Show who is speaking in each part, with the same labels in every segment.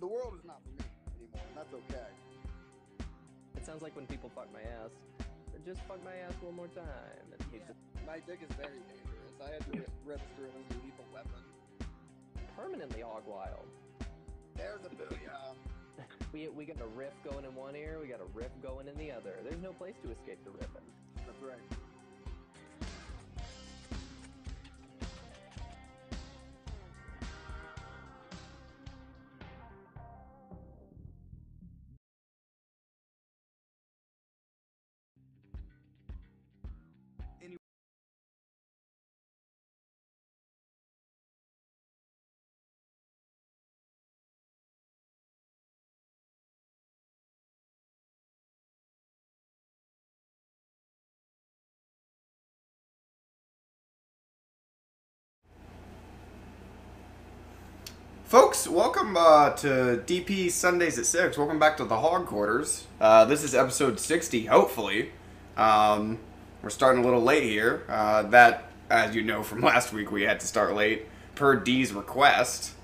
Speaker 1: the world is not for me anymore, and that's okay.
Speaker 2: It sounds like when people fuck my ass. Just fuck my ass one more time. And he's just
Speaker 1: My dick is very dangerous. I had to re- register it as a lethal weapon.
Speaker 2: permanently hog wild.
Speaker 1: There's a booyah.
Speaker 2: We, we got a riff going in one ear, we got a riff going in the other. There's no place to escape the riffing.
Speaker 1: That's right.
Speaker 3: Folks, welcome uh, to DP Sundays at 6. Welcome back to the Hog Quarters. Uh, this is episode 60, hopefully. Um, we're starting a little late here. Uh, that, as you know from last week, we had to start late per D's request.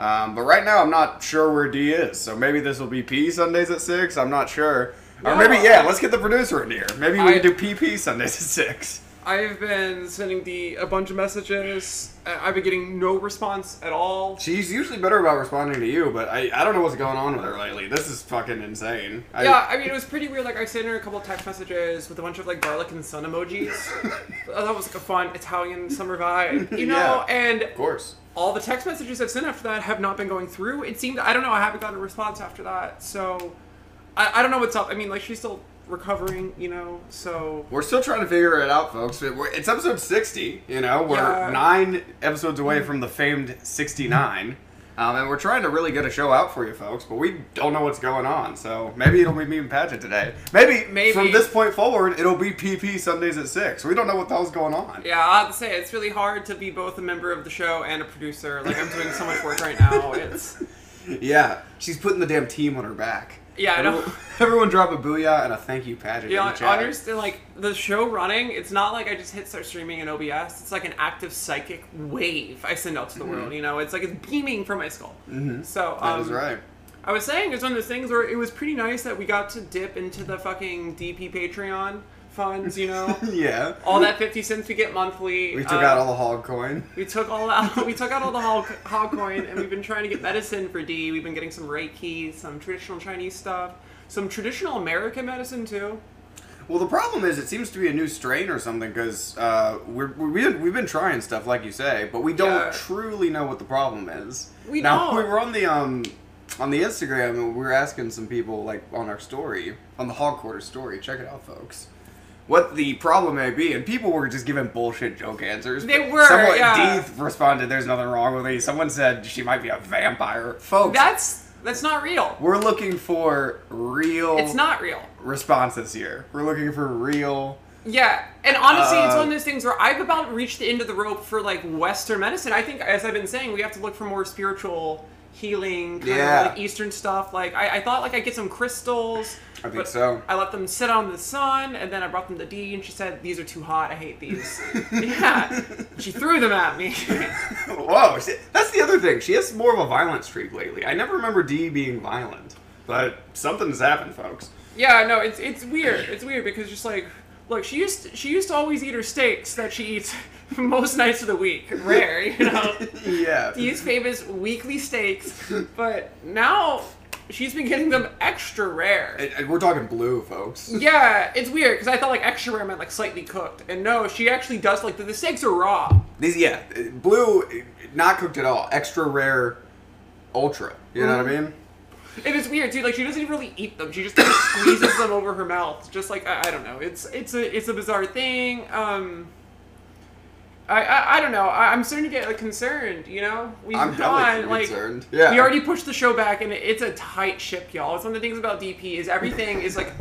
Speaker 3: Um, but right now, I'm not sure where D is. So maybe this will be P Sundays at 6. I'm not sure. Or maybe, yeah, let's get the producer in here. Maybe we
Speaker 4: I-
Speaker 3: can do PP Sundays at 6.
Speaker 4: I've been sending D a bunch of messages. I- I've been getting no response at all.
Speaker 3: She's usually better about responding to you, but I, I don't know what's going on with her lately. This is fucking insane. I-
Speaker 4: yeah, I mean, it was pretty weird. Like, I sent her a couple text messages with a bunch of, like, garlic and sun emojis. Uh, that was, like, a fun Italian summer vibe, you know?
Speaker 3: Yeah.
Speaker 4: And
Speaker 3: Of course.
Speaker 4: all the text messages I've sent after that have not been going through. It seemed, I don't know, I haven't gotten a response after that. So, I, I don't know what's up. I mean, like, she's still recovering, you know? So,
Speaker 3: We're still trying to figure it out, folks. It- we're- It's episode 60, you know. We're
Speaker 4: Yeah.
Speaker 3: nine episodes away from the famed 69. Um, and we're trying to really get a show out for you, folks, but we don't know what's going on. So maybe it'll be me and Paget today. Maybe,
Speaker 4: Maybe.
Speaker 3: from this point forward, it'll be PP Sundays at 6. We don't know what the hell's going on.
Speaker 4: Yeah, I have to say it's really hard to be both a member of the show and a producer. Like I'm doing so much work right now. It's
Speaker 3: Yeah, she's putting the damn team on her back.
Speaker 4: Yeah, I know.
Speaker 3: everyone, everyone drop a booyah and a thank you, Paget.
Speaker 4: yeah,
Speaker 3: in the
Speaker 4: I
Speaker 3: chat.
Speaker 4: understand. Like the show running, it's not like I just hit start streaming in OBS. It's like an active psychic wave I send out to the world. You know, it's like it's beaming from my skull. Mm-hmm. So um,
Speaker 3: Mm-hmm. That is right.
Speaker 4: I was saying it's one of those things where it was pretty nice that we got to dip into the fucking DP Patreon funds. You know,
Speaker 3: Yeah.
Speaker 4: all that fifty cents we get monthly.
Speaker 3: we took
Speaker 4: uh,
Speaker 3: out all the hog coin.
Speaker 4: We took all out. We took out all the hog, hog coin, and we've been trying to get medicine for D. We've been getting some Reiki, some traditional Chinese stuff, some traditional American medicine too.
Speaker 3: Well, the problem is it seems to be a new strain or something because uh, we're, we're, we've been trying stuff like you say, but we don't
Speaker 4: Yeah.
Speaker 3: truly know what the problem is.
Speaker 4: We
Speaker 3: now,
Speaker 4: don't.
Speaker 3: We were on the um on the Instagram and we were asking some people like on our story on the Hog Quarter story. Check it out, folks. What the problem may be, and people were just giving bullshit joke answers.
Speaker 4: They were,
Speaker 3: Someone
Speaker 4: yeah.
Speaker 3: D responded, "There's nothing wrong with me." Someone said she might be a vampire, folks.
Speaker 4: That's that's not real.
Speaker 3: we're looking for real
Speaker 4: It's not real.
Speaker 3: responses here. We're looking for real
Speaker 4: Yeah, and honestly, it's
Speaker 3: Uh,
Speaker 4: one of those things where I've about reached the end of the rope for like Western medicine. I think, as I've been saying, we have to look for more spiritual healing, kind
Speaker 3: Yeah.
Speaker 4: of like Eastern stuff. Like I, I thought, like I get some crystals.
Speaker 3: I think
Speaker 4: but
Speaker 3: so.
Speaker 4: I let them sit out in the sun, and then I brought them to D, and she said, "These are too hot. I hate these." yeah, she threw them at me.
Speaker 3: Whoa, she- that's the other thing. She has more of a violent streak lately. I never remember Dee being violent, but something's happened, folks.
Speaker 4: yeah, no, it's it's weird. It's weird because just like. Look, she used to, she used to always eat her steaks that she eats most nights of the week. Rare, you know.
Speaker 3: Yeah.
Speaker 4: these famous weekly steaks, but now she's been getting them extra rare.
Speaker 3: And, and we're talking blue, folks.
Speaker 4: Yeah, it's weird because I thought like extra rare meant like slightly cooked, and no, she actually does like the, the steaks are raw.
Speaker 3: These, yeah, uh, blue, uh, not cooked at all. Extra rare, ultra. You know
Speaker 4: Mm-hmm.
Speaker 3: what I mean?
Speaker 4: It is weird too. Like she doesn't even really eat them; she just kind of squeezes them over her mouth. Just like I, I don't know. It's it's a it's a bizarre thing. Um, I I, I don't know. I, I'm starting to get like concerned. You know, we've
Speaker 3: I'm definitely
Speaker 4: gone like
Speaker 3: concerned. Yeah.
Speaker 4: we already pushed the show back, and it's a tight ship, y'all. It's one of the things about DP is everything is like.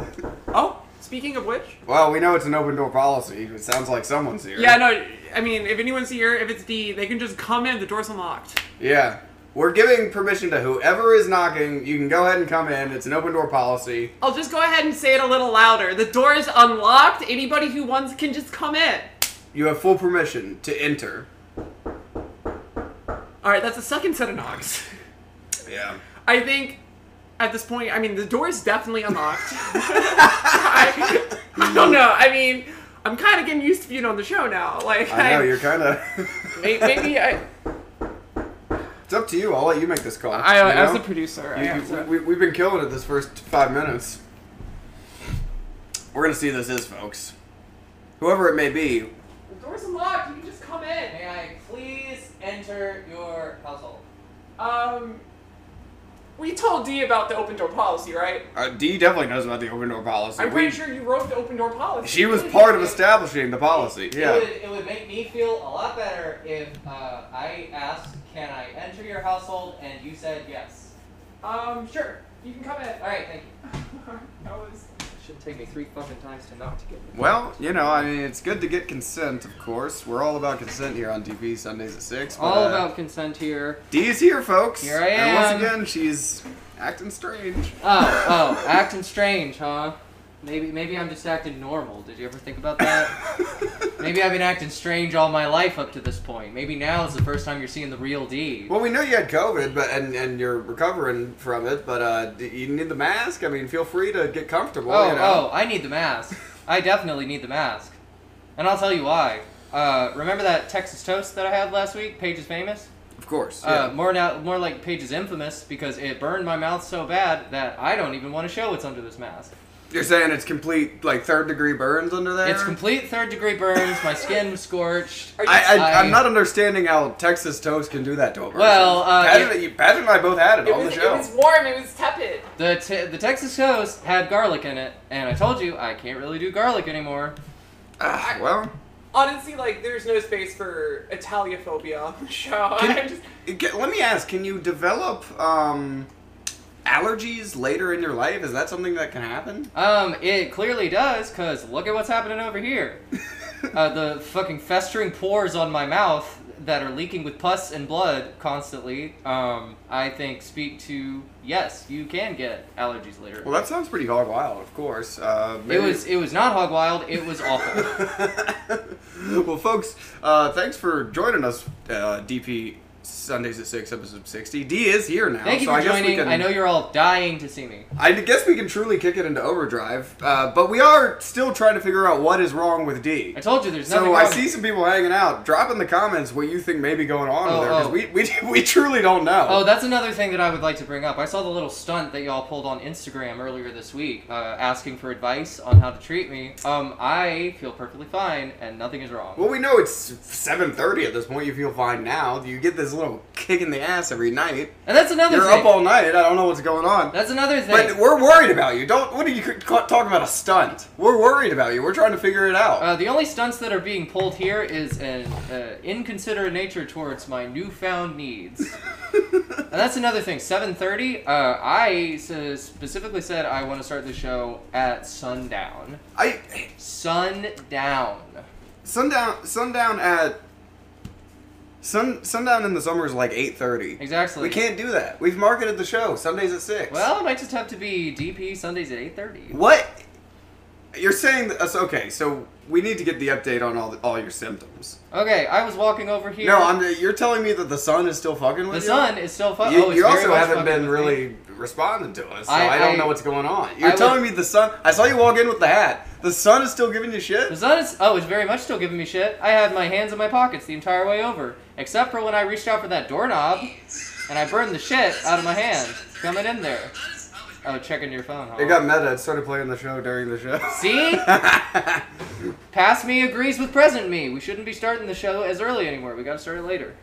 Speaker 4: Oh, speaking of which,
Speaker 3: Well, we know it's an open door policy. It sounds like someone's here.
Speaker 4: yeah, no. I mean, if anyone's here, if it's D, they can just come in. The door's unlocked.
Speaker 3: Yeah. We're giving permission to whoever is knocking. You can go ahead and come in. It's an open door policy.
Speaker 4: I'll just go ahead and say it a little louder. The door is unlocked. Anybody who wants can just come in.
Speaker 3: You have full permission to enter.
Speaker 4: All right, that's the second set of knocks.
Speaker 3: Yeah.
Speaker 4: I think at this point, I mean, the door is definitely unlocked. I, I don't know. I mean, I'm kind of getting used to being on the show now. Like,
Speaker 3: I know
Speaker 4: I-
Speaker 3: you're kind of.
Speaker 4: may- maybe I,
Speaker 3: it's up to you. I'll let you make this call.
Speaker 4: I
Speaker 3: you
Speaker 4: as
Speaker 3: know?
Speaker 4: the producer, I
Speaker 3: You-
Speaker 4: have to-
Speaker 3: we, we, have been killing it this first five minutes. We're gonna see who this is, folks. Whoever it may be,
Speaker 4: The door's unlocked. You can just come in.
Speaker 5: May I please enter your household?
Speaker 4: Um, we told D about the open door policy, right?
Speaker 3: uh, Dee definitely knows about the open door policy.
Speaker 4: I'm
Speaker 3: We-
Speaker 4: pretty sure you wrote the open door policy.
Speaker 3: She was part of establishing the policy.
Speaker 5: It
Speaker 3: Yeah.
Speaker 5: would, it would make me feel a lot better if uh, I asked, can I enter your household? And you said yes.
Speaker 4: Um, sure. You can come in.
Speaker 5: All right, thank you.
Speaker 4: that was.
Speaker 2: Should take me three fucking times to not to get it.
Speaker 3: Well, you know, I mean, it's good to get consent, of course. We're all about consent here on DP Sundays at six. but,
Speaker 2: All
Speaker 3: uh,
Speaker 2: about consent here.
Speaker 3: Dee's here, folks.
Speaker 2: Here I
Speaker 3: And
Speaker 2: am.
Speaker 3: once again, she's acting strange.
Speaker 2: Oh, oh, acting strange, huh? Maybe, maybe I'm just acting normal. Did you ever think about that? maybe I've been acting strange all my life up to this point. Maybe now is the first time you're seeing the real D.
Speaker 3: Well, we know you had COVID, but and and you're recovering from it. But uh, d- you need the mask. I mean, feel free to get comfortable.
Speaker 2: oh,
Speaker 3: you know?
Speaker 2: oh, I need the mask. I definitely need the mask, and I'll tell you why. Uh, remember that Texas toast that I had last week? Paige is famous.
Speaker 3: of course.
Speaker 2: Uh, more now, more like Paige is infamous because it burned my mouth so bad that I don't even want to show what's under this mask.
Speaker 3: yeah. You're saying it's complete like third degree burns under there.
Speaker 2: It's complete third degree burns. My skin was scorched.
Speaker 3: I, I,
Speaker 2: I-
Speaker 3: I'm not understanding how Texas toast can do that to a person.
Speaker 2: Well, uh,
Speaker 3: Patrick, you- Patrick and I both had it,
Speaker 4: It
Speaker 3: on
Speaker 4: was,
Speaker 3: the
Speaker 4: it
Speaker 3: show.
Speaker 4: was warm. It was tepid.
Speaker 2: The te- the Texas toast had garlic in it, and I told you I can't really do garlic anymore.
Speaker 3: Ah, well,
Speaker 4: Honestly, like there's no space for Italiaphobia on the show.
Speaker 3: Can-
Speaker 4: I'm just,
Speaker 3: it ca- let me ask: Can you develop um, allergies later in your life? Is that something that can happen?
Speaker 2: Um, it clearly does, cause look at what's happening over here. uh, the fucking festering pores on my mouth that are leaking with pus and blood constantly. Um, I think speak to yes, you can get allergies later.
Speaker 3: Well, that sounds pretty hog wild, of course. Uh,
Speaker 2: it
Speaker 3: maybe-
Speaker 2: was it was not hog wild. It was awful.
Speaker 3: well, folks, uh, thanks for joining us, uh, DP Sundays at 6, episode 60. D is here now.
Speaker 2: Thank you
Speaker 3: Oh, so
Speaker 2: for
Speaker 3: I guess we
Speaker 2: joining.
Speaker 3: Can,
Speaker 2: I know you're all dying to see me.
Speaker 3: I guess we can truly kick it into overdrive, uh, but we are still trying to figure out what is wrong with D.
Speaker 2: I told you there's nothing.
Speaker 3: So I
Speaker 2: wrong.
Speaker 3: see some people hanging out. Drop in the comments what you think may be going on
Speaker 2: Oh,
Speaker 3: over there,
Speaker 2: oh.
Speaker 3: because we, we, we truly don't know.
Speaker 2: Oh, that's another thing that I would like to bring up. I saw the little stunt that y'all pulled on Instagram earlier this week, uh, asking for advice on how to treat me. Um, I feel perfectly fine and nothing is wrong.
Speaker 3: Well, we know it's 7.30 at this point. You feel fine now. You get this little kick in the ass every night.
Speaker 2: And that's another
Speaker 3: You're
Speaker 2: thing.
Speaker 3: up all night. I don't know what's going on.
Speaker 2: that's another thing.
Speaker 3: But we're worried about you. Don't. What are you c- talking about? A stunt? We're worried about you. We're trying to figure it out.
Speaker 2: uh, the only stunts that are being pulled here is an uh, inconsiderate nature towards my newfound needs. and that's another thing. 7:30. Uh, I s- specifically said I want to start the show at sundown.
Speaker 3: I
Speaker 2: Sundown.
Speaker 3: sundown sundown at sun sundown in the summer is like eight thirty.
Speaker 2: Exactly.
Speaker 3: We can't do that. We've marketed the show Sundays at six.
Speaker 2: Well, it might just have to be DP Sundays at eight thirty.
Speaker 3: what you're saying? That, uh, okay, so we need to get the update on all the, all your symptoms.
Speaker 2: Okay, I was walking over here.
Speaker 3: No, I'm. You're telling me that the sun is still fucking
Speaker 2: the
Speaker 3: with you.
Speaker 2: sun is still fucking.
Speaker 3: You,
Speaker 2: oh, it's
Speaker 3: you
Speaker 2: very
Speaker 3: also
Speaker 2: much
Speaker 3: haven't
Speaker 2: fucking
Speaker 3: been
Speaker 2: with me.
Speaker 3: really responding to us, so I,
Speaker 2: I-
Speaker 3: don't
Speaker 2: I-
Speaker 3: know what's going on.
Speaker 2: I
Speaker 3: You're
Speaker 2: would-
Speaker 3: telling me the sun. I saw you walk in with the hat. The sun is still giving you shit.
Speaker 2: The sun is. Oh, it's very much still giving me shit. I had my hands in my pockets the entire way over, except for when I reached out for that doorknob, and I burned the shit out of my hand coming in there. Oh, checking your phone. Huh?
Speaker 3: It got meta. It started playing the show during the show.
Speaker 2: See? Past me agrees with present me. We shouldn't be starting the show as early anymore. We gotta start it later.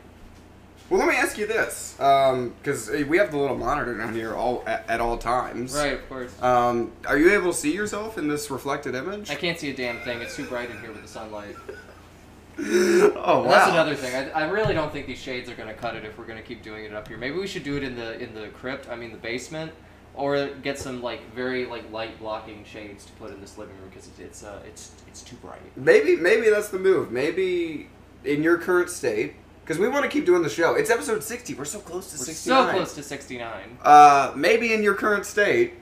Speaker 3: well, let me ask you this, because we have the little monitor down here all at, at all times.
Speaker 2: Right, of course.
Speaker 3: Um, are you able to see yourself in this reflected image?
Speaker 2: I can't see a damn thing. It's too bright in here with the sunlight.
Speaker 3: oh wow.
Speaker 2: Well, That's another thing. I, I really don't think these shades are gonna cut it if we're gonna keep doing it up here. Maybe we should do it in the in the crypt. I mean the basement, or get some like very like light blocking shades to put in this living room because it's it's uh, it's it's too bright.
Speaker 3: Maybe maybe that's the move. Maybe in your current state, because we want to keep doing the show. It's episode sixty. We're so close to
Speaker 2: We're
Speaker 3: sixty.
Speaker 2: so close to sixty nine.
Speaker 3: Uh, maybe in your current state,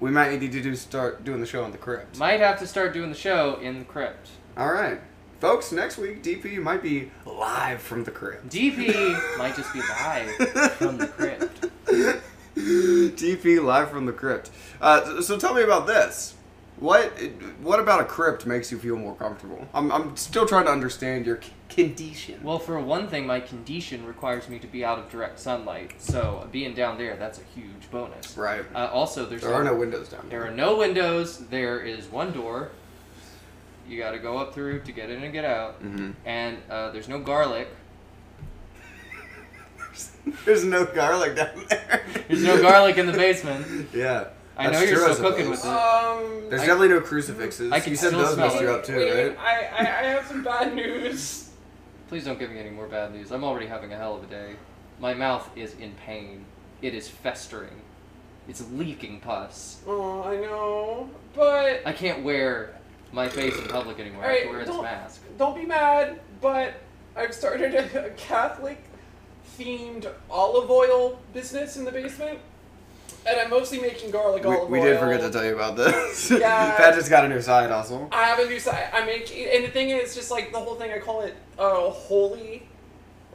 Speaker 3: we might need to do start doing the show in the crypt.
Speaker 2: Might have to start doing the show in the crypt.
Speaker 3: All right, folks. Next week, DP might be live from the crypt.
Speaker 2: DP might just be live from the crypt.
Speaker 3: DP live from the crypt. Uh, so, so tell me about this. What what about a crypt makes you feel more comfortable? I'm, I'm still trying to understand your c- condition.
Speaker 2: Well, for one thing, my condition requires me to be out of direct sunlight, so being down there, that's a huge bonus.
Speaker 3: Right.
Speaker 2: Uh, also, there's
Speaker 3: There are no windows down
Speaker 2: There are
Speaker 3: there.
Speaker 2: no windows. There is one door. You got to go up through to get in and get out.
Speaker 3: Mhm.
Speaker 2: And uh, there's no garlic.
Speaker 3: There's no garlic down there.
Speaker 2: There's no garlic in the basement.
Speaker 3: yeah.
Speaker 2: I know
Speaker 3: that's
Speaker 2: you're
Speaker 3: true,
Speaker 2: still cooking
Speaker 3: suppose.
Speaker 2: with it.
Speaker 4: Um,
Speaker 3: There's
Speaker 2: I-
Speaker 3: definitely no crucifixes.
Speaker 2: I can
Speaker 3: you said
Speaker 2: still
Speaker 3: those
Speaker 2: smell
Speaker 3: messed you
Speaker 2: it.
Speaker 3: up too,
Speaker 4: wait,
Speaker 3: right?
Speaker 4: I, I, I have some bad news.
Speaker 2: Please don't give me any more bad news. I'm already having a hell of a day. My mouth is in pain. It is festering. It's leaking pus.
Speaker 4: Oh, I know, but
Speaker 2: I can't wear my face in public anymore. I have to
Speaker 4: Alright,
Speaker 2: wear this
Speaker 4: don't-
Speaker 2: mask.
Speaker 4: don't be mad. But I've started a, a Catholic themed olive oil business in the basement, and I'm mostly making garlic olive
Speaker 3: We, we
Speaker 4: oil.
Speaker 3: did forget to tell you about this.
Speaker 4: Yeah.
Speaker 3: Pat just got a new side hustle.
Speaker 4: I have a new side. I make, and the thing is, just like the whole thing, I call it uh, holy,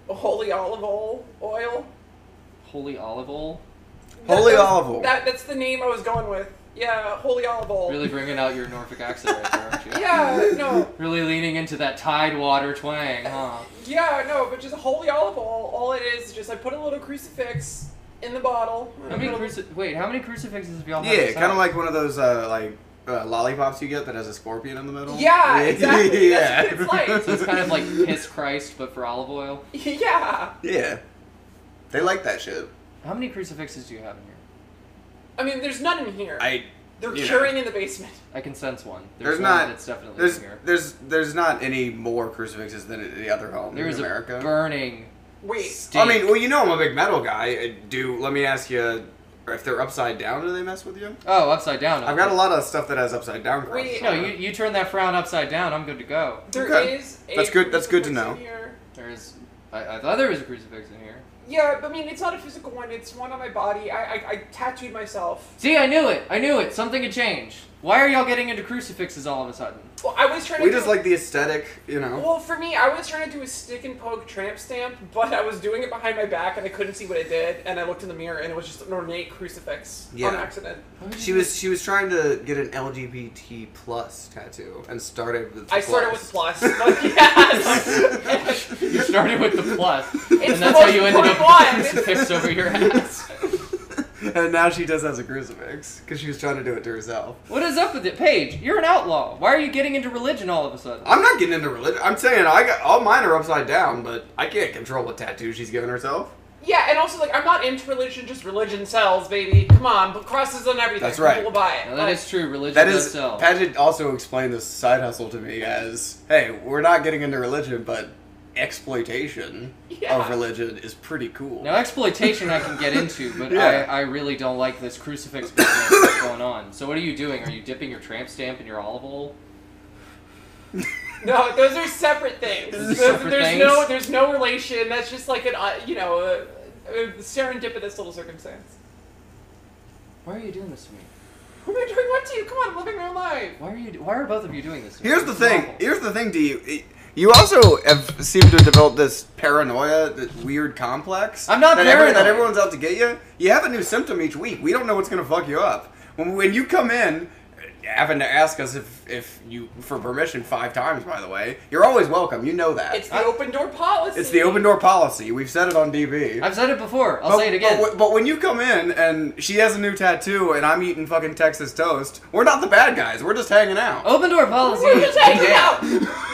Speaker 4: holy olive oil. Oil.
Speaker 2: Holy olive oil.
Speaker 3: Holy
Speaker 4: that's-
Speaker 3: olive oil.
Speaker 4: That that's the name I was going with. Yeah, holy olive oil.
Speaker 2: Really bringing out your Norfolk accent right there, aren't you?
Speaker 4: Yeah, no,
Speaker 2: Really leaning into that Tidewater twang, huh?
Speaker 4: yeah, no, but just holy olive oil. All it is, is just I put a little crucifix in the bottle.
Speaker 2: How many cruci- wait, how many crucifixes have y'all had?
Speaker 3: Yeah,
Speaker 2: this
Speaker 3: kind of
Speaker 2: house?
Speaker 3: like one of those uh, like uh, lollipops you get that has a scorpion in the middle.
Speaker 4: Yeah, exactly. That's what it's like.
Speaker 2: So it's kind of like piss Christ, but for olive oil.
Speaker 4: yeah,
Speaker 3: yeah, they like that shit.
Speaker 2: How many crucifixes do you have in here?
Speaker 4: I mean, there's none in here.
Speaker 3: I
Speaker 4: They're
Speaker 3: you know.
Speaker 4: curing in the basement.
Speaker 2: I can sense one.
Speaker 3: There's
Speaker 2: one
Speaker 3: not-
Speaker 2: That's definitely
Speaker 3: there's
Speaker 2: in here.
Speaker 3: there's there's not any more crucifixes than in the other home
Speaker 2: There
Speaker 3: in
Speaker 2: is
Speaker 3: America.
Speaker 2: a burning.
Speaker 4: Wait,
Speaker 2: Stink.
Speaker 3: I mean, well, you know, I'm a big metal guy. Uh, Do let me ask you, if they're upside down, do they mess with you?
Speaker 2: oh, upside down.
Speaker 3: I've got a lot of stuff that has upside down.
Speaker 4: Wait,
Speaker 3: crosses
Speaker 2: No,
Speaker 3: on
Speaker 2: you
Speaker 3: it.
Speaker 2: you turn that frown upside down. I'm good to go.
Speaker 4: there is
Speaker 3: Okay.
Speaker 4: a
Speaker 3: That's good- that's good to
Speaker 4: crucifix
Speaker 3: know.
Speaker 4: in here.
Speaker 2: There's. I, I thought there was a crucifix in here.
Speaker 4: Yeah, but I mean, it's not a physical one. It's one on my body. I, I, I tattooed myself.
Speaker 2: See, I knew it. I knew it. Something had changed. Why are y'all getting into crucifixes all of a sudden?
Speaker 4: Well, I was trying
Speaker 3: We
Speaker 4: to.
Speaker 3: just
Speaker 4: do-
Speaker 3: like the aesthetic, you know.
Speaker 4: Well, for me, I was trying to do a stick and poke tramp stamp, but I was doing it behind my back and I couldn't see what I did. And I looked in the mirror and it was just an ornate crucifix
Speaker 3: Yeah.
Speaker 4: on accident.
Speaker 3: She was she was trying to get an LGBT plus tattoo and started with.
Speaker 4: I started with plus. Like, yes.
Speaker 2: You started with the plus,
Speaker 4: It's
Speaker 2: and that's
Speaker 4: the
Speaker 2: how you
Speaker 4: most
Speaker 2: ended up
Speaker 4: important
Speaker 2: with a crucifix over your ass.
Speaker 3: and now she does has a crucifix because she was trying to do it to herself.
Speaker 2: What is up with it, Paige? You're an outlaw. Why are you getting into religion all of a sudden?
Speaker 3: I'm not getting into religion. I'm saying I got all mine are upside down, but I can't control what tattoo she's giving herself.
Speaker 4: yeah, and also, like, I'm not into religion, just religion sells, baby. Come on, but crosses on everything.
Speaker 3: That's right.
Speaker 4: People will buy it.
Speaker 2: Now, that
Speaker 4: Like,
Speaker 2: is true. Religion
Speaker 3: That
Speaker 2: does
Speaker 3: is.
Speaker 2: sell.
Speaker 3: Paget also explained this side hustle to me as, "Hey, we're not getting into religion, but exploitation of
Speaker 4: Yeah.
Speaker 3: religion is pretty cool."
Speaker 2: now exploitation I can get into, but
Speaker 3: Yeah.
Speaker 2: I, I really don't like this crucifix business that's going on. So what are you doing? Are you dipping your tramp stamp in your olive oil?
Speaker 4: No, those are separate things.
Speaker 2: Those are
Speaker 4: Those-
Speaker 2: separate
Speaker 4: there's
Speaker 2: things?
Speaker 4: no, there's no relation. That's just like an, uh, you know, uh uh serendipitous little circumstance.
Speaker 2: Why are you doing this to me?
Speaker 4: What am I doing? What to you? Come on, I'm living my life.
Speaker 2: Why are you? Why are both of you doing this? To me?
Speaker 3: Here's the
Speaker 2: This is
Speaker 3: thing.
Speaker 2: awful.
Speaker 3: Here's the thing to you. You also have seemed to develop this paranoia, this weird complex.
Speaker 2: I'm not
Speaker 3: that every- that
Speaker 2: paranoid.
Speaker 3: everyone's out to get you. You have a new symptom each week. We don't know what's gonna fuck you up. When, when you come in, having to ask us if if you for permission five times, by the way, you're always welcome. You know that.
Speaker 4: It's the open door policy.
Speaker 3: It's the open door policy. We've said it on DB.
Speaker 2: I've said it before. I'll
Speaker 3: But-
Speaker 2: say it again.
Speaker 3: But, wh- but when you come in and she has a new tattoo and I'm eating fucking Texas toast, we're not the bad guys. We're just hanging out.
Speaker 2: Open door policy.
Speaker 4: We're just hanging
Speaker 2: Yeah.
Speaker 4: out.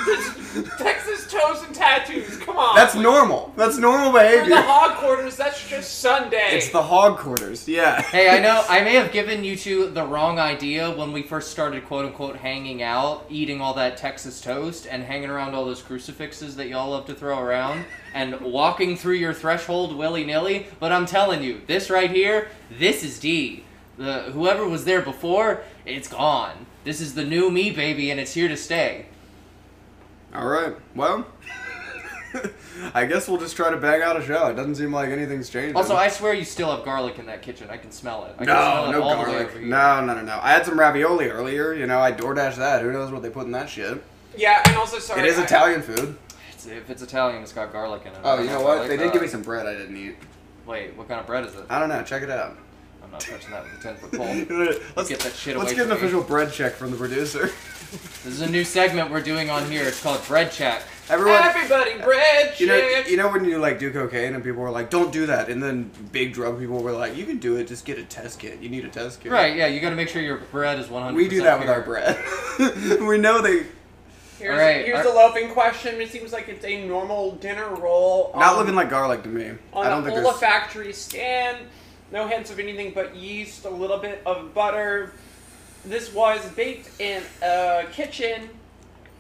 Speaker 4: This Texas toes and tattoos. Come on.
Speaker 3: That's normal. That's normal behavior.
Speaker 4: For the hog quarters, that's just Sunday.
Speaker 3: It's the hog quarters, yeah.
Speaker 2: Hey, I know I may have given you two the wrong idea when we first started quote unquote hanging out, eating all that Texas toast and hanging around all those crucifixes that y'all love to throw around and walking through your threshold willy nilly. But I'm telling you, this right here, this is D. The whoever was there before, it's gone. This is the new me, baby, and it's here to stay.
Speaker 3: All right, well, I guess we'll just try to bang out a show. It doesn't seem like anything's changing.
Speaker 2: Also, I swear you still have garlic in that kitchen. I can smell it. I can smell
Speaker 3: no,
Speaker 2: it
Speaker 3: no
Speaker 2: all The way
Speaker 3: garlic.
Speaker 2: over here.
Speaker 3: No, no, no, no. I had some ravioli earlier. You know, I DoorDash that. Who knows what they put in that shit?
Speaker 4: yeah, and also sorry.
Speaker 3: It is
Speaker 4: I-
Speaker 3: Italian food.
Speaker 2: It's- if it's Italian, it's got garlic in it. I
Speaker 3: Oh,
Speaker 2: don't
Speaker 3: you
Speaker 2: if
Speaker 3: know
Speaker 2: I
Speaker 3: what?
Speaker 2: like
Speaker 3: They
Speaker 2: that.
Speaker 3: did give me some bread I didn't eat.
Speaker 2: Wait, what kind of bread is it?
Speaker 3: I don't know. Check it out.
Speaker 2: I'm I'm not touching that with a ten foot pole.
Speaker 3: let's
Speaker 2: Get that shit
Speaker 3: let's
Speaker 2: away
Speaker 3: get an
Speaker 2: from me.
Speaker 3: official bread check from the producer.
Speaker 2: This is a new segment we're doing on here. It's called Bread Check.
Speaker 3: Everyone,
Speaker 2: Everybody, bread
Speaker 3: you know,
Speaker 2: check.
Speaker 3: you know when you like do cocaine and people were like, "Don't do that," and then big drug people were like, "You can do it. Just get a test kit. You need a test kit."
Speaker 2: Right, yeah, you gotta make sure your bread is 100
Speaker 3: We do that with our bread. we know they
Speaker 4: Here's,
Speaker 2: Alright,
Speaker 4: here's
Speaker 2: our-
Speaker 4: a loafing question. It seems like it's a normal dinner roll.
Speaker 3: not
Speaker 4: on-
Speaker 3: looking like garlic to me.
Speaker 4: Um, on
Speaker 3: I don't
Speaker 4: a
Speaker 3: think there's.
Speaker 4: olfactory scan. No hints of anything but yeast, a little bit of butter. This was baked in a kitchen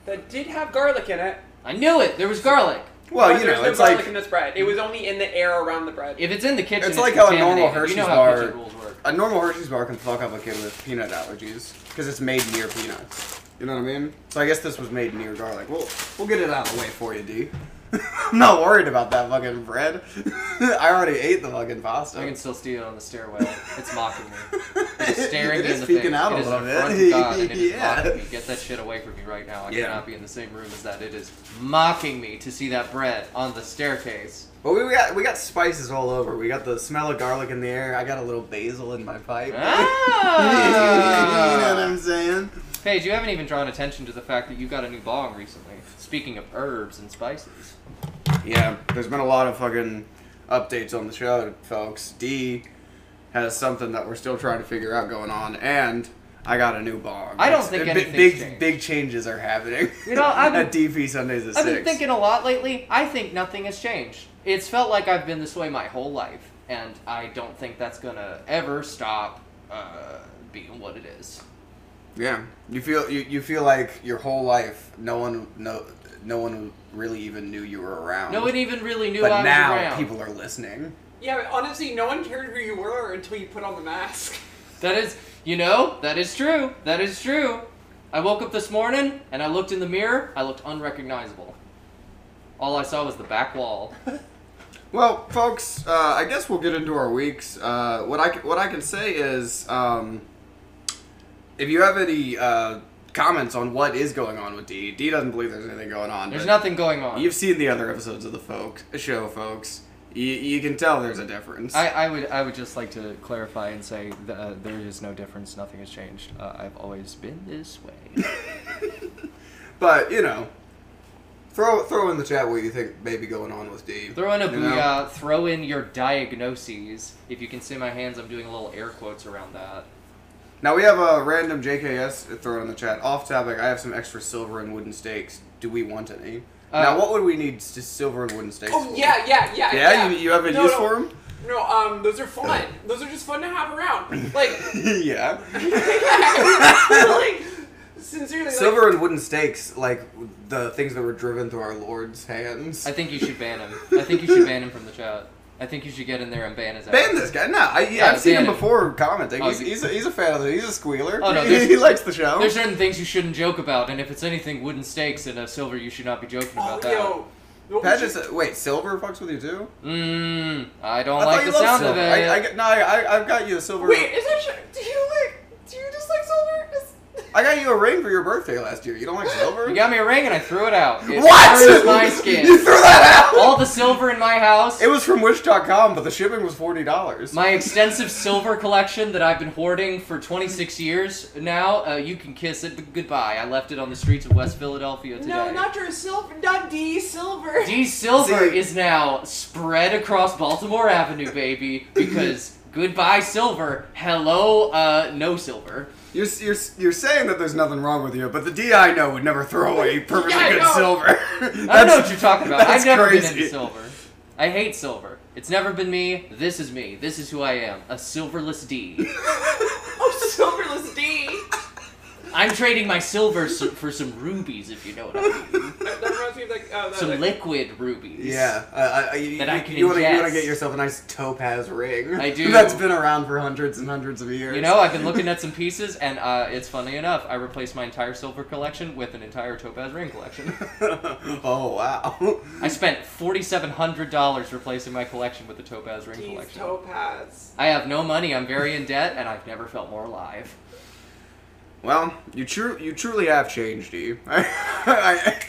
Speaker 4: that did have garlic in it.
Speaker 2: I knew it! There was garlic!
Speaker 3: well,
Speaker 4: but
Speaker 3: you
Speaker 4: there's
Speaker 3: know,
Speaker 4: no
Speaker 3: it's
Speaker 4: garlic
Speaker 3: like
Speaker 4: in this bread. It was only in the air around the bread.
Speaker 2: If it's in the kitchen,
Speaker 3: It's like how a normal
Speaker 2: contaminated.
Speaker 3: Hershey's
Speaker 2: You know how
Speaker 3: bar-
Speaker 2: kitchen rules work.
Speaker 3: a normal Hershey's bar can fuck up a kid with peanut allergies because it's made near peanuts. You know what I mean? So I guess this was made near garlic. We'll we'll get it out of the way for you, D. I'm not worried about that fucking bread. I already ate the fucking pasta.
Speaker 2: I can still steal it on the stairwell. It's mocking me. It's staring me
Speaker 3: it
Speaker 2: in
Speaker 3: is
Speaker 2: the
Speaker 3: peeking
Speaker 2: face.
Speaker 3: out
Speaker 2: It
Speaker 3: a
Speaker 2: is
Speaker 3: little
Speaker 2: an affront to
Speaker 3: bit.
Speaker 2: God, and it is mocking
Speaker 3: yeah.
Speaker 2: me. Get that shit away from me right now. I
Speaker 3: Yeah.
Speaker 2: cannot be in the same room as that. It is mocking me to see that bread on the staircase.
Speaker 3: But we got we got spices all over. We got the smell of garlic in the air. I got a little basil in my pipe. you know what
Speaker 2: Ah!
Speaker 3: I'm saying?
Speaker 2: Paige, you haven't even drawn attention to the fact that you got a new bong recently. Speaking of herbs and spices.
Speaker 3: Yeah, there's been a lot of fucking updates on the show, folks. D has something that we're still trying to figure out going on, and I got a new bong.
Speaker 2: I don't think
Speaker 3: Big-
Speaker 2: anything's
Speaker 3: big
Speaker 2: changed.
Speaker 3: big changes are happening.
Speaker 2: You know, I've
Speaker 3: at DP Sundays at
Speaker 2: I've
Speaker 3: six.
Speaker 2: been thinking a lot lately. I think nothing has changed. It's felt like I've been this way my whole life, and I don't think that's gonna ever stop uh, being what it is.
Speaker 3: Yeah, you feel you, you feel like your whole life, no one no no one really even knew you were around.
Speaker 2: No one even really knew
Speaker 3: But
Speaker 2: I was
Speaker 3: now
Speaker 2: around.
Speaker 3: people are listening.
Speaker 4: yeah, but honestly, no one cared who you were until you put on the mask.
Speaker 2: That is, you know, that is true. That is true. I woke up this morning and I looked in the mirror. I looked unrecognizable. All I saw was the back wall.
Speaker 3: Well, folks, uh, I guess we'll get into our weeks. Uh, what I c- what I can say is, um, if you have any uh, comments on what is going on with D, D doesn't believe there's anything going on.
Speaker 2: There's
Speaker 3: but
Speaker 2: nothing going on.
Speaker 3: You've seen the other episodes of the folk show, folks. You, you can tell there's a difference.
Speaker 2: I, I would I would just like to clarify and say that, uh, there is no difference. Nothing has changed. Uh, I've always been this way.
Speaker 3: but you know, throw throw in the chat what you think may be going on with D.
Speaker 2: Throw in a
Speaker 3: you know?
Speaker 2: booyah. Throw in your diagnoses. If you can see my hands, I'm doing little air quotes around that.
Speaker 3: Now we have a random JKS thrown in the chat. Off topic, I have some extra silver and wooden stakes. Do we want any?
Speaker 2: Uh,
Speaker 3: now, what would we need s- silver and wooden stakes?
Speaker 4: Oh
Speaker 3: for?
Speaker 4: yeah, yeah, yeah.
Speaker 3: Yeah, You, you have a
Speaker 4: No,
Speaker 3: use
Speaker 4: no.
Speaker 3: for 'em?
Speaker 4: No, um, those are fun. Those are just fun to have around. Like,
Speaker 3: yeah.
Speaker 4: like sincerely, like- oh,
Speaker 3: Silver and wooden stakes, like the things that were driven through our Lord's hands.
Speaker 2: I think you should ban him. I think you should ban him from the chat. I think you should get in there and ban his ass.
Speaker 3: Ban this guy. No, I,
Speaker 2: Yeah,
Speaker 3: I've seen
Speaker 2: ban
Speaker 3: him
Speaker 2: him.
Speaker 3: before commenting.
Speaker 2: Oh,
Speaker 3: he's,
Speaker 2: you-
Speaker 3: he's, a, he's a fan of it. He's a squealer.
Speaker 2: Oh, no,
Speaker 3: he,
Speaker 2: there's-
Speaker 3: he likes the show.
Speaker 2: There's certain things you shouldn't joke about, and if it's anything wooden stakes and a silver, you should not be joking
Speaker 4: Oh,
Speaker 2: about
Speaker 4: yo. What
Speaker 3: Pat
Speaker 4: would you-
Speaker 3: just- wait, silver fucks with you too?
Speaker 2: that. Mmm. I don't
Speaker 3: I thought
Speaker 2: like
Speaker 3: you
Speaker 2: the
Speaker 3: loved
Speaker 2: sound of
Speaker 3: silver.
Speaker 2: it.
Speaker 3: I, I, got- no, I, I've got you a silver.
Speaker 4: Wait, is that sh- do you like do you just like silver? Is-
Speaker 3: I got you a ring for your birthday last year. You don't like silver?
Speaker 2: you got me a ring, and I threw it out. It
Speaker 3: What?
Speaker 2: bruised my skin.
Speaker 3: You threw that out?
Speaker 2: All the silver in my house.
Speaker 3: It was from Wish.com, but the shipping was forty dollars.
Speaker 2: My extensive silver collection that I've been hoarding for 26 years now, uh, you can kiss it b- goodbye. I left it on the streets of West Philadelphia today.
Speaker 4: no, not your silver, not D silver.
Speaker 2: D silver
Speaker 3: See-
Speaker 2: is now spread across Baltimore Avenue, baby, because goodbye silver, hello uh, no silver.
Speaker 3: You're, you're you're saying that there's nothing wrong with you, but the D I know would never throw away perfectly
Speaker 4: Yeah, I
Speaker 3: good
Speaker 4: know.
Speaker 3: silver.
Speaker 2: I don't know what you're talking about.
Speaker 3: that's
Speaker 2: I've never been
Speaker 3: crazy.
Speaker 2: into silver. I hate silver. It's never been me. This is me. This is who I am. A silverless D.
Speaker 4: Oh, silverless D.
Speaker 2: I'm trading my silver s- for some rubies, if you know what I mean.
Speaker 4: That reminds me of like uh, that,
Speaker 2: Some
Speaker 4: like-
Speaker 2: liquid rubies.
Speaker 3: Yeah, uh, I, I, you,
Speaker 2: That I can
Speaker 3: you want to you
Speaker 2: ingest.
Speaker 3: want to get yourself a nice topaz ring.
Speaker 2: I do.
Speaker 3: That's been around for hundreds and hundreds of years.
Speaker 2: You know, I've been looking at some pieces, and uh, it's funny enough, I replaced my entire silver collection with an entire topaz ring collection.
Speaker 3: oh wow.
Speaker 2: I spent forty-seven hundred dollars replacing my collection with a topaz ring
Speaker 4: D's
Speaker 2: collection.
Speaker 4: topaz.
Speaker 2: I have no money. I'm very in debt, and I've never felt more alive.
Speaker 3: Well, you true you truly have changed, D. I,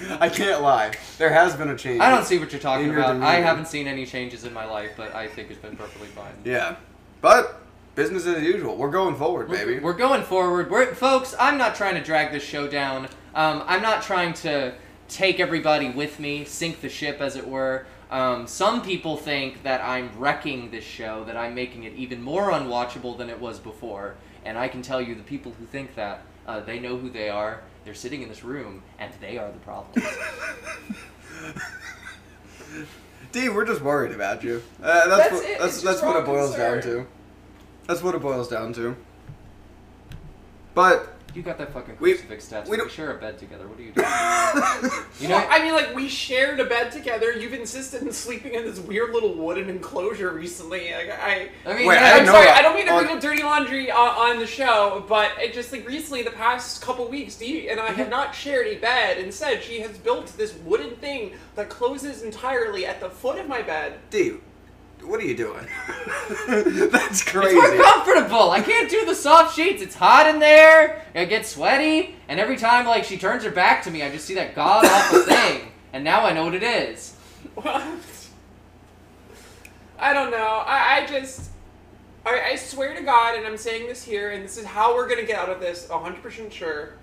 Speaker 3: I, I can't lie. There has been a change.
Speaker 2: I don't see what you're talking
Speaker 3: In your
Speaker 2: about. I
Speaker 3: demeanor.
Speaker 2: haven't seen any changes in my life, but I think it's been perfectly fine.
Speaker 3: Yeah, but business as usual. We're going forward, baby.
Speaker 2: We're going forward. We're folks. I'm not trying to drag this show down. Um, I'm not trying to take everybody with me, sink the ship, as it were. Um, some people think that I'm wrecking this show, that I'm making it even more unwatchable than it was before. And I can tell you, the people who think that, uh, they know who they are. They're sitting in this room, and they are the problem.
Speaker 3: D, we're just worried about you. Uh, that's
Speaker 4: That's
Speaker 3: what,
Speaker 4: it. It's
Speaker 3: that's,
Speaker 4: just
Speaker 3: that's what
Speaker 4: wrong
Speaker 3: it boils down
Speaker 4: concern.
Speaker 3: to. That's what it boils down to. But
Speaker 2: you got that fucking
Speaker 3: We-
Speaker 2: crucifix statue. We,
Speaker 3: we don't-
Speaker 2: share a bed together. What are you doing? you know,
Speaker 4: Well, I mean, like we shared a bed together. You've insisted in sleeping in this weird little wooden enclosure recently. Like, I,
Speaker 2: I mean,
Speaker 3: Wait, I
Speaker 2: yeah,
Speaker 4: I'm
Speaker 3: didn't know
Speaker 4: sorry,
Speaker 3: that.
Speaker 4: I don't mean to
Speaker 3: On-
Speaker 4: bring up dirty laundry on, on the show, but it just like recently, the past couple weeks, Dee and I
Speaker 3: Mm-hmm.
Speaker 4: have not shared a bed. Instead, she has built this wooden thing that closes entirely at the foot of my bed.
Speaker 3: D, what are you doing? that's crazy.
Speaker 2: It's more comfortable. I can't do the soft sheets. It's hot in there. I get sweaty, and every time like she turns her back to me, I just see that god awful thing, and now I know what it is.
Speaker 4: I don't know. I, I just. I, I swear to God, and I'm saying this here, and this is how we're gonna get out of this. 100% sure.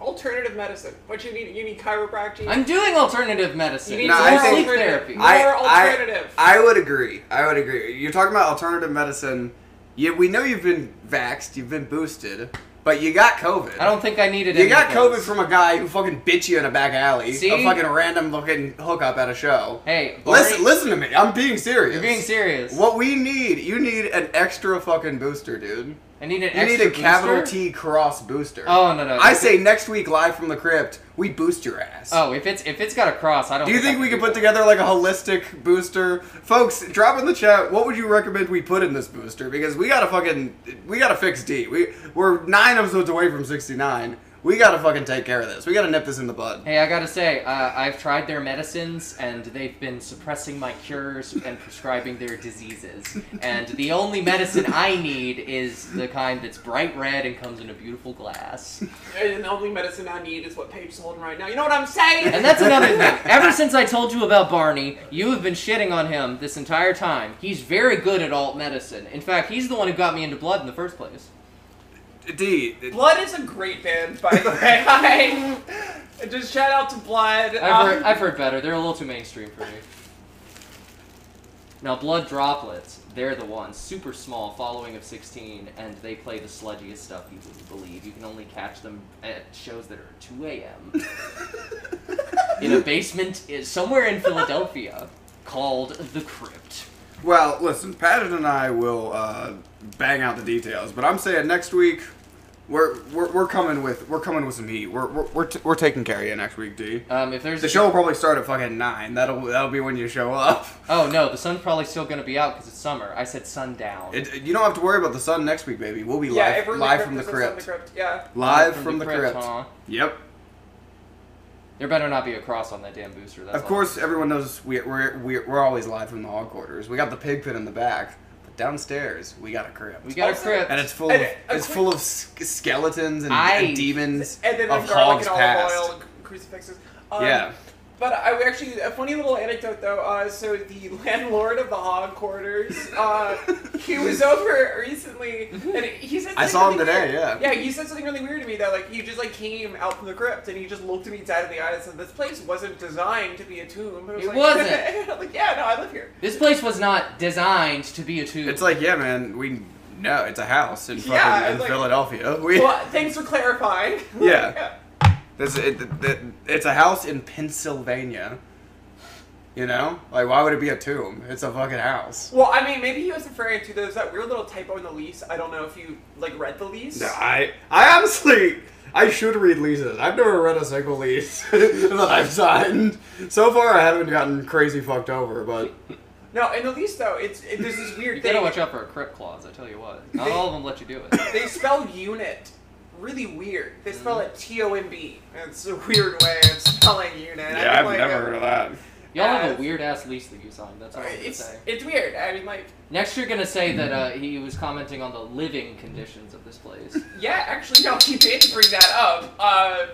Speaker 4: Alternative medicine. What you need? You need chiropractic.
Speaker 2: I'm doing alternative medicine.
Speaker 4: You need
Speaker 3: No,
Speaker 4: more
Speaker 3: I
Speaker 2: or
Speaker 3: think-
Speaker 2: sleep
Speaker 4: alternative-
Speaker 2: therapy.
Speaker 4: more alternative.
Speaker 3: I, I would agree. I would agree. You're talking about alternative medicine. Yeah, we know you've been vaxxed, you've been boosted, but you got COVID.
Speaker 2: I don't think I needed.
Speaker 3: You
Speaker 2: any
Speaker 3: got
Speaker 2: of
Speaker 3: COVID
Speaker 2: those.
Speaker 3: from a guy who fucking bit you in a back alley. A
Speaker 2: See?
Speaker 3: fucking random looking hookup at a show.
Speaker 2: Hey,
Speaker 3: Listen,
Speaker 2: Barney,
Speaker 3: listen to me. I'm being serious.
Speaker 2: You're being serious.
Speaker 3: What we need, you need an extra fucking booster, dude. You
Speaker 2: I need an
Speaker 3: need
Speaker 2: extra
Speaker 3: a capital
Speaker 2: booster?
Speaker 3: T cross booster.
Speaker 2: Oh no no.
Speaker 3: I
Speaker 2: If
Speaker 3: say
Speaker 2: it-
Speaker 3: next week live from the crypt, we boost your ass.
Speaker 2: Oh, if it's if it's got a cross, I don't.
Speaker 3: Do you think
Speaker 2: I
Speaker 3: we
Speaker 2: can
Speaker 3: could put together like a holistic booster? Folks, drop in the chat what would you recommend we put in this booster because we got to fucking we got to fix D. We we're 9 episodes away from 69. We got to fucking take care of this. We got to nip this in the bud.
Speaker 2: Hey, I gotta say, uh, I've tried their medicines, and they've been suppressing my cures and prescribing their diseases. And the only medicine I need is the kind that's bright red and comes in a beautiful glass.
Speaker 4: and the only medicine I need is what Paige holding right now. You know what I'm saying?
Speaker 2: And that's another thing. Ever since I told you about Barney, you have been shitting on him this entire time. He's very good at alt medicine. In fact, he's the one who got me into blood in the first place.
Speaker 3: D.
Speaker 4: Blood is a great band, by the way. I, just shout out to Blood.
Speaker 2: I've heard,
Speaker 4: Um,
Speaker 2: I've heard better. They're a little too mainstream for me. Now, Blood Droplets, they're the ones, super small, following of 16, and they play the sludgiest stuff you wouldn't believe. You can only catch them at shows that are 2 a.m. in a basement i- somewhere in Philadelphia called The Crypt.
Speaker 3: Well, listen, Patton and I will uh, bang out the details, but I'm saying next week we're we're, we're coming with we're coming with some heat. We're we're we're, t- we're taking care of you next week, D.
Speaker 2: Um, if there's
Speaker 3: The show will probably start at fucking 9. That'll that'll be when you show up.
Speaker 2: Oh no, the sun's probably still gonna be out because it's summer. I said sundown.
Speaker 3: It, you don't have to worry about the sun next week, baby. We'll be
Speaker 4: yeah,
Speaker 3: live,
Speaker 4: if we're in
Speaker 3: live from the
Speaker 4: this is on
Speaker 3: crypt.
Speaker 4: Yeah.
Speaker 3: Live from, the, crypt.
Speaker 2: huh?
Speaker 3: Yep.
Speaker 2: There better not be a cross on that damn booster. That's
Speaker 3: Of
Speaker 2: all.
Speaker 3: course, everyone knows we, we're, we're, we're always live from the hog quarters. We got the pig pit in the back, but downstairs we got a crypt.
Speaker 2: we got
Speaker 4: Also-
Speaker 2: a crypt.
Speaker 3: and it's full
Speaker 4: And
Speaker 3: of
Speaker 4: a
Speaker 3: it's
Speaker 4: quick-
Speaker 3: full of sk- skeletons and,
Speaker 2: I-
Speaker 3: and demons
Speaker 4: And then
Speaker 3: of
Speaker 4: like
Speaker 3: hogs
Speaker 4: garlic and olive
Speaker 3: past.
Speaker 4: oil and crucifixes. Um,
Speaker 3: yeah.
Speaker 4: But I actually a funny little anecdote though. Uh, so the landlord of the hog quarters, uh, he was over recently, and he said.
Speaker 3: Mm-hmm. I
Speaker 4: something
Speaker 3: saw him
Speaker 4: really
Speaker 3: today,
Speaker 4: weird.
Speaker 3: yeah.
Speaker 4: Yeah, he said something really weird to me though. Like he just like came out from the crypt and he just looked at me dead in the eye and said, "This place wasn't designed to be a tomb." I was
Speaker 2: It
Speaker 4: like,
Speaker 2: wasn't.
Speaker 4: I'm like, yeah, no, I live here.
Speaker 2: This place was not designed to be a tomb.
Speaker 3: It's like, yeah, man, we know it's a house in, fucking,
Speaker 4: Yeah,
Speaker 3: in
Speaker 4: it's like-
Speaker 3: Philadelphia. We,
Speaker 4: Well, thanks for clarifying.
Speaker 3: Yeah. This, it, it, it's a house in Pennsylvania. You know? Like, why would it be a tomb? It's a fucking house.
Speaker 4: Well, I mean, maybe he was referring to there's that weird little typo in the lease. I don't know if you like read the lease.
Speaker 3: No, I, I honestly, I should read leases. I've never read a single lease that I've signed. So far, I haven't gotten crazy fucked over, but
Speaker 4: No, in the lease though, it's it, there's this weird
Speaker 2: You
Speaker 4: thing.
Speaker 2: gotta watch out for a crypt clause, I tell you what. Not
Speaker 4: They-
Speaker 2: all of them let you do it.
Speaker 4: They spell unit really weird. They spell it T O N B. It's a weird way of spelling unit. I mean, like, uh,
Speaker 3: that.
Speaker 2: Y'all have a
Speaker 4: Yeah.
Speaker 2: weird ass lease that you signed, that's all I'm gonna
Speaker 4: It's
Speaker 2: say.
Speaker 4: it's weird. I mean, like,
Speaker 2: Next, you're gonna say that uh, he was commenting on the living conditions of this place.
Speaker 4: yeah, actually, no, he did bring that up. Uh,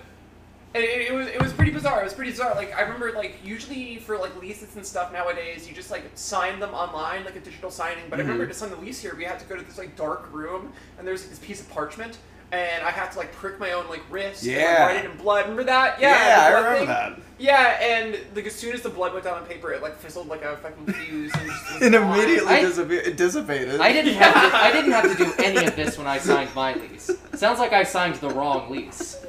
Speaker 4: And it, it was it was pretty bizarre. It was pretty bizarre. Like I remember, like usually for like leases and stuff nowadays, you just like sign them online, like a digital signing. But I remember
Speaker 3: Mm-hmm.
Speaker 4: to sign the lease here, we had to go to this like dark room, and there's like, this piece of parchment, and I had to like prick my own like wrist, and,
Speaker 3: Yeah.
Speaker 4: like, write it in blood. Remember that? Yeah,
Speaker 3: Yeah,
Speaker 4: the
Speaker 3: I
Speaker 4: blood
Speaker 3: remember
Speaker 4: thing?
Speaker 3: that.
Speaker 4: Yeah, and like as soon as the blood went down on paper, it like fizzled like a fucking fuse, and just was
Speaker 3: It
Speaker 4: gone.
Speaker 3: immediately
Speaker 2: I-
Speaker 3: disappeared. It dissipated.
Speaker 2: I didn't have to, I didn't have to do any of this when I signed my lease. Sounds like I signed the wrong lease.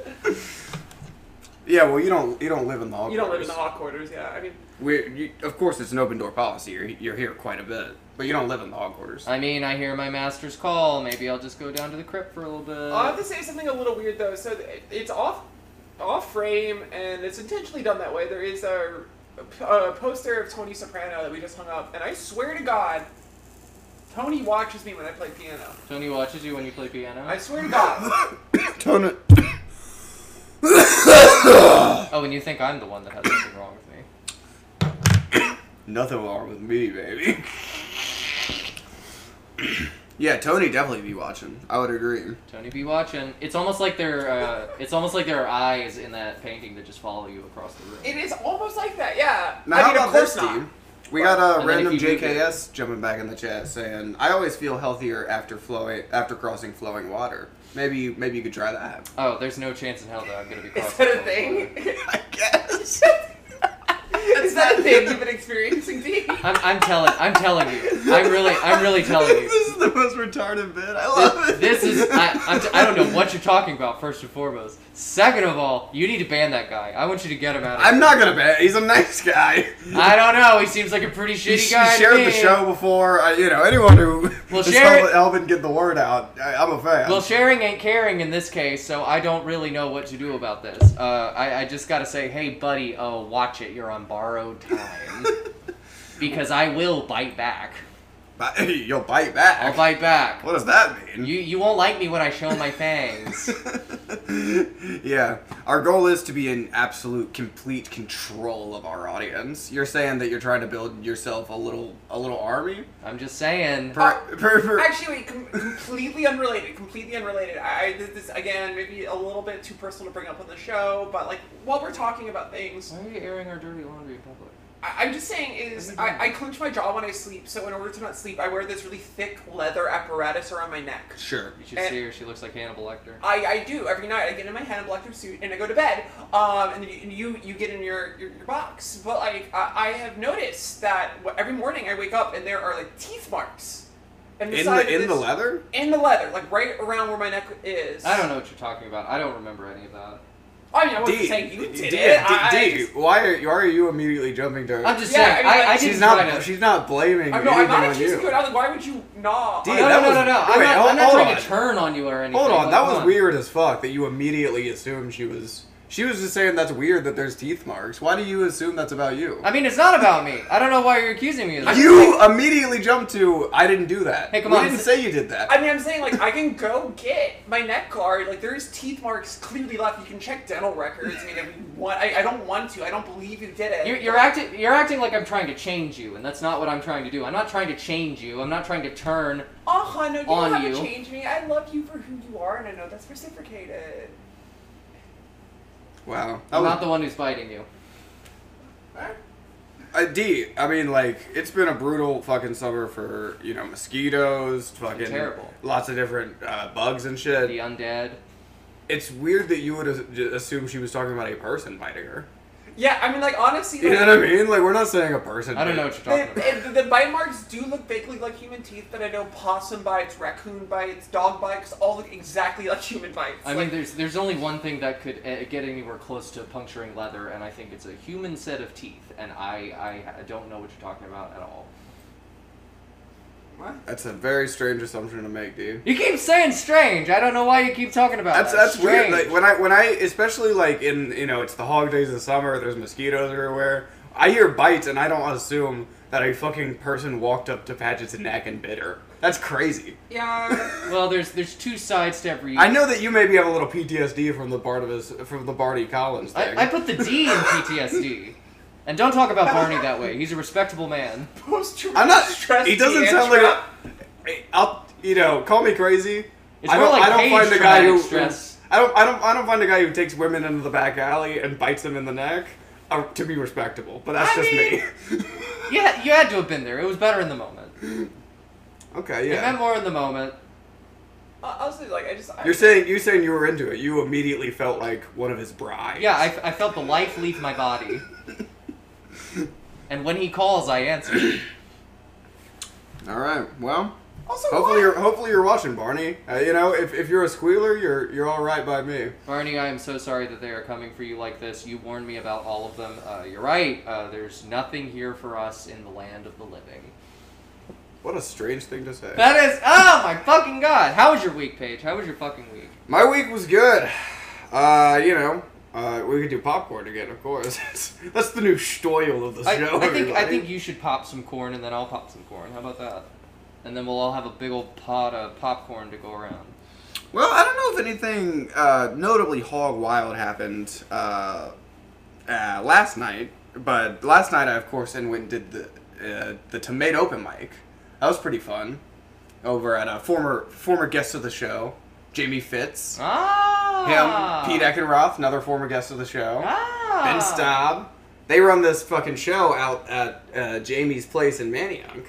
Speaker 3: Yeah, well, you don't you don't live in the hall
Speaker 4: You don't live in the hot quarters, yeah. I mean,
Speaker 3: We, you, of course, it's an open door policy. You're, you're here quite a bit, but you don't live in the hall quarters.
Speaker 2: I mean, I hear my master's call. Maybe I'll just go down to the crypt for a little bit.
Speaker 4: I'll Oh, have to say something a little weird though. So it- it's off, off frame, and it's intentionally done that way. There is a, a poster of Tony Soprano that we just hung up, and I swear to God, Tony watches me when I play piano.
Speaker 2: Tony watches you when you play piano.
Speaker 4: I swear to God.
Speaker 3: Tone it.
Speaker 2: oh, and you think I'm the one that has something wrong with me?
Speaker 3: Nothing wrong with me, baby. yeah, Tony definitely be watching. I would agree.
Speaker 2: Tony be watching. It's almost like there. Uh, it's almost like there are eyes in that painting that just follow you across the room.
Speaker 4: it is almost like that, yeah.
Speaker 3: Now,
Speaker 4: I
Speaker 3: how
Speaker 4: mean,
Speaker 3: about
Speaker 4: of course
Speaker 3: this,
Speaker 4: not.
Speaker 3: Steve? We got a
Speaker 2: And then if
Speaker 3: random
Speaker 2: you move
Speaker 3: JKS jumping back in the chat saying, "I always feel healthier after flowing after crossing flowing water." Maybe you- maybe you could try that.
Speaker 2: Oh, there's no chance in hell that I'm gonna be
Speaker 4: Is
Speaker 2: crossing.
Speaker 4: that a
Speaker 2: the line.
Speaker 4: thing?
Speaker 3: I guess.
Speaker 4: is that a thing you've been experiencing, D?
Speaker 2: I'm, I'm telling. I'm telling you. I'm really. I'm really telling you.
Speaker 3: this is the most retarded bit. I love it.
Speaker 2: This is. I, I'm t- I don't know what you're talking about. First and foremost. Second of all, you need to ban that guy. I want you to get him out. of
Speaker 3: I'm not gonna bet. He's a nice guy.
Speaker 2: here. I don't know. He seems like a pretty
Speaker 3: He,
Speaker 2: shitty
Speaker 3: he
Speaker 2: guy. to
Speaker 3: shared the
Speaker 2: me.
Speaker 3: show before. I, you know, anyone who
Speaker 2: Well,
Speaker 3: has
Speaker 2: share
Speaker 3: helped
Speaker 2: it.
Speaker 3: Elvin get the word out, I, I'm a fan.
Speaker 2: Well, sharing ain't caring in this case, so I don't really know what to do about this. Uh, I, I just gotta say, hey, buddy, oh, watch it. You're on borrowed time. because I will bite back.
Speaker 3: Bi- You'll bite back.
Speaker 2: I'll bite back.
Speaker 3: What does that mean?
Speaker 2: You, you won't like me when I show my fangs.
Speaker 3: yeah, our goal is to be in absolute, complete control of our audience. You're saying that you're trying to build yourself a little, a little army.
Speaker 2: I'm just saying.
Speaker 3: Per, per, per-
Speaker 4: Actually, wait, com- completely unrelated. Completely unrelated. I, I this, this again, maybe a little bit too personal to bring up on the show, but like while we're talking about things,
Speaker 2: Why are you airing our dirty laundry in public?
Speaker 4: I, I'm just saying is I, I clench my jaw when I sleep, so in order to not sleep, I wear this really thick leather apparatus around my neck.
Speaker 3: sure.
Speaker 2: You should
Speaker 4: Eh.
Speaker 2: see her. She looks like Hannibal Lecter.
Speaker 4: I, I do every night. I get in my Hannibal Lecter suit and I go to bed. Um, and you and you, you get in your, your, your box. But like I, I have noticed that wh- every morning I wake up and there are like teeth marks. And
Speaker 3: In
Speaker 4: side
Speaker 3: the
Speaker 4: of
Speaker 3: in the
Speaker 4: this-
Speaker 3: leather.
Speaker 4: in the leather, like right around where my neck is.
Speaker 2: I don't know what you're talking about. I don't remember any of that.
Speaker 4: I mean, I wasn't
Speaker 3: D,
Speaker 4: saying you did
Speaker 3: D,
Speaker 4: it.
Speaker 3: D,
Speaker 4: I, I
Speaker 3: D,
Speaker 4: just-
Speaker 3: why are why are you immediately jumping to? her?
Speaker 2: I'm just
Speaker 4: Yeah,
Speaker 2: saying.
Speaker 4: I mean,
Speaker 2: I,
Speaker 4: like,
Speaker 2: I,
Speaker 3: she's
Speaker 2: didn't
Speaker 3: not.
Speaker 2: try to.
Speaker 3: She's not blaming.
Speaker 4: I'm, no, I'm
Speaker 3: anything on
Speaker 4: not
Speaker 3: you.
Speaker 4: accusing you. Like, why would you gnaw?
Speaker 3: D,
Speaker 2: Oh, no,
Speaker 3: that
Speaker 2: no,
Speaker 3: was-
Speaker 2: no, no, no. I'm
Speaker 3: wait,
Speaker 2: not,
Speaker 3: hold-
Speaker 2: I'm not
Speaker 3: hold
Speaker 2: trying to
Speaker 3: on.
Speaker 2: turn on you or anything.
Speaker 3: Hold on,
Speaker 2: Like,
Speaker 3: that
Speaker 2: come
Speaker 3: was
Speaker 2: on.
Speaker 3: weird as fuck that you immediately assumed she was. She was just saying that's weird that there's teeth marks. Why do you assume that's about you?
Speaker 2: I mean, it's not about me. I don't know why you're accusing me of that.
Speaker 3: You immediately jumped to I didn't do that.
Speaker 2: Hey, come
Speaker 3: we
Speaker 2: on,
Speaker 3: didn't
Speaker 2: s-
Speaker 3: say you did that.
Speaker 4: I mean, I'm saying like I can go get my neck guard. Like there is teeth marks clearly left. You can check dental records. I mean, if you want, I, I don't want to. I don't believe you did it.
Speaker 2: You're, you're acting. You're acting like I'm trying to change you, and that's not what I'm trying to do. I'm not trying to change you. I'm not trying to turn.
Speaker 4: uh-huh, no, you
Speaker 2: on
Speaker 4: don't have
Speaker 2: you.
Speaker 4: to change me. I love you for who you are, and I know that's reciprocated.
Speaker 3: wow. That
Speaker 2: I'm
Speaker 3: was,
Speaker 2: not the one who's biting you.
Speaker 4: Huh?
Speaker 3: uh, D, I mean, like, it's been a brutal fucking summer for, you know, mosquitoes, fucking.
Speaker 2: terrible.
Speaker 3: Lots of different uh, bugs and shit.
Speaker 2: The undead.
Speaker 3: It's weird that you would as- j- assume she was talking about a person biting her.
Speaker 4: Yeah, I mean, like honestly,
Speaker 3: You
Speaker 4: like,
Speaker 3: know what I mean? Like, we're not saying a person.
Speaker 2: I don't know
Speaker 3: bit.
Speaker 2: what you're talking about.
Speaker 4: The, the, the bite marks do look vaguely like human teeth, but I know possum bites, raccoon bites, dog bites all look exactly like human bites.
Speaker 2: I
Speaker 4: Like,
Speaker 2: mean, there's there's only one thing that could uh, get anywhere close to puncturing leather, and I think it's a human set of teeth. And I I don't know what you're talking about at all.
Speaker 4: what?
Speaker 3: That's a very strange assumption to make, dude.
Speaker 2: You keep saying strange. I don't know why you keep talking about
Speaker 3: That's
Speaker 2: that.
Speaker 3: that's
Speaker 2: strange.
Speaker 3: weird. Like when I when I especially like in you know it's the hog days of summer. There's mosquitoes everywhere. I hear bites and I don't assume that a fucking person walked up to Paget's neck and bit her. That's crazy.
Speaker 4: Yeah.
Speaker 2: well, there's there's two sides to every.
Speaker 3: I know that you maybe have a little PTSD from the Barnabas from the Barney Collins thing.
Speaker 2: I, I put the D in PTSD. And don't talk about Barney that way. He's a respectable man.
Speaker 4: Post
Speaker 3: am
Speaker 4: traumatic
Speaker 3: not.
Speaker 4: stress.
Speaker 3: He doesn't sound like.
Speaker 4: mantra.
Speaker 3: A, I'll you know call me crazy.
Speaker 2: It's
Speaker 3: I
Speaker 2: more
Speaker 3: don't.
Speaker 2: like
Speaker 3: I don't
Speaker 2: Paige
Speaker 3: find the guy
Speaker 2: traumatic
Speaker 3: who.
Speaker 2: stress.
Speaker 3: I don't, I don't, I don't find a guy who takes women into the back alley and bites them in the neck uh, to be respectable. But that's
Speaker 4: I
Speaker 3: just
Speaker 4: mean-
Speaker 3: me.
Speaker 2: Yeah, you had to have been there. It was better in the moment.
Speaker 3: okay,
Speaker 2: It meant
Speaker 3: yeah.
Speaker 2: more in the moment.
Speaker 4: Uh, Honestly, like I just I,
Speaker 3: You're saying you're saying you were into it. You immediately felt like one of his brides.
Speaker 2: Yeah, I, I felt the life leave my body. And when he calls, I answer.
Speaker 3: All right. Well,
Speaker 4: also
Speaker 3: hopefully
Speaker 4: why-
Speaker 3: you're hopefully you're watching Barney. Uh, you know, if, if you're a squealer, you're you're all right by me.
Speaker 2: Barney, I am so sorry that they are coming for you like this. You warned me about all of them. Uh, you're right. Uh, there's nothing here for us in the land of the living.
Speaker 3: What a strange thing to say.
Speaker 2: That is. Oh my fucking god! How was your week, Paige? How was your fucking week?
Speaker 3: My week was good. Uh, you know, uh, we could do popcorn again, of course. That's the new stoil of the
Speaker 2: I,
Speaker 3: show.
Speaker 2: I think I
Speaker 3: everybody.
Speaker 2: think you should pop some corn, and then I'll pop some corn. How about that? And then we'll all have a big old pot of popcorn to go around.
Speaker 3: Well, I don't know if anything uh, notably hog wild happened uh, uh, last night, but last night I, of course, and went and did the uh, the tomato open mic. That was pretty fun. Over at a former former guest of the show, Jamie Fitz, him,
Speaker 2: Ah.
Speaker 3: Pete Eckenroth, another former guest of the show.
Speaker 2: Ah.
Speaker 3: Ben Staub. They run this fucking show out at uh, Jamie's place in Manioc,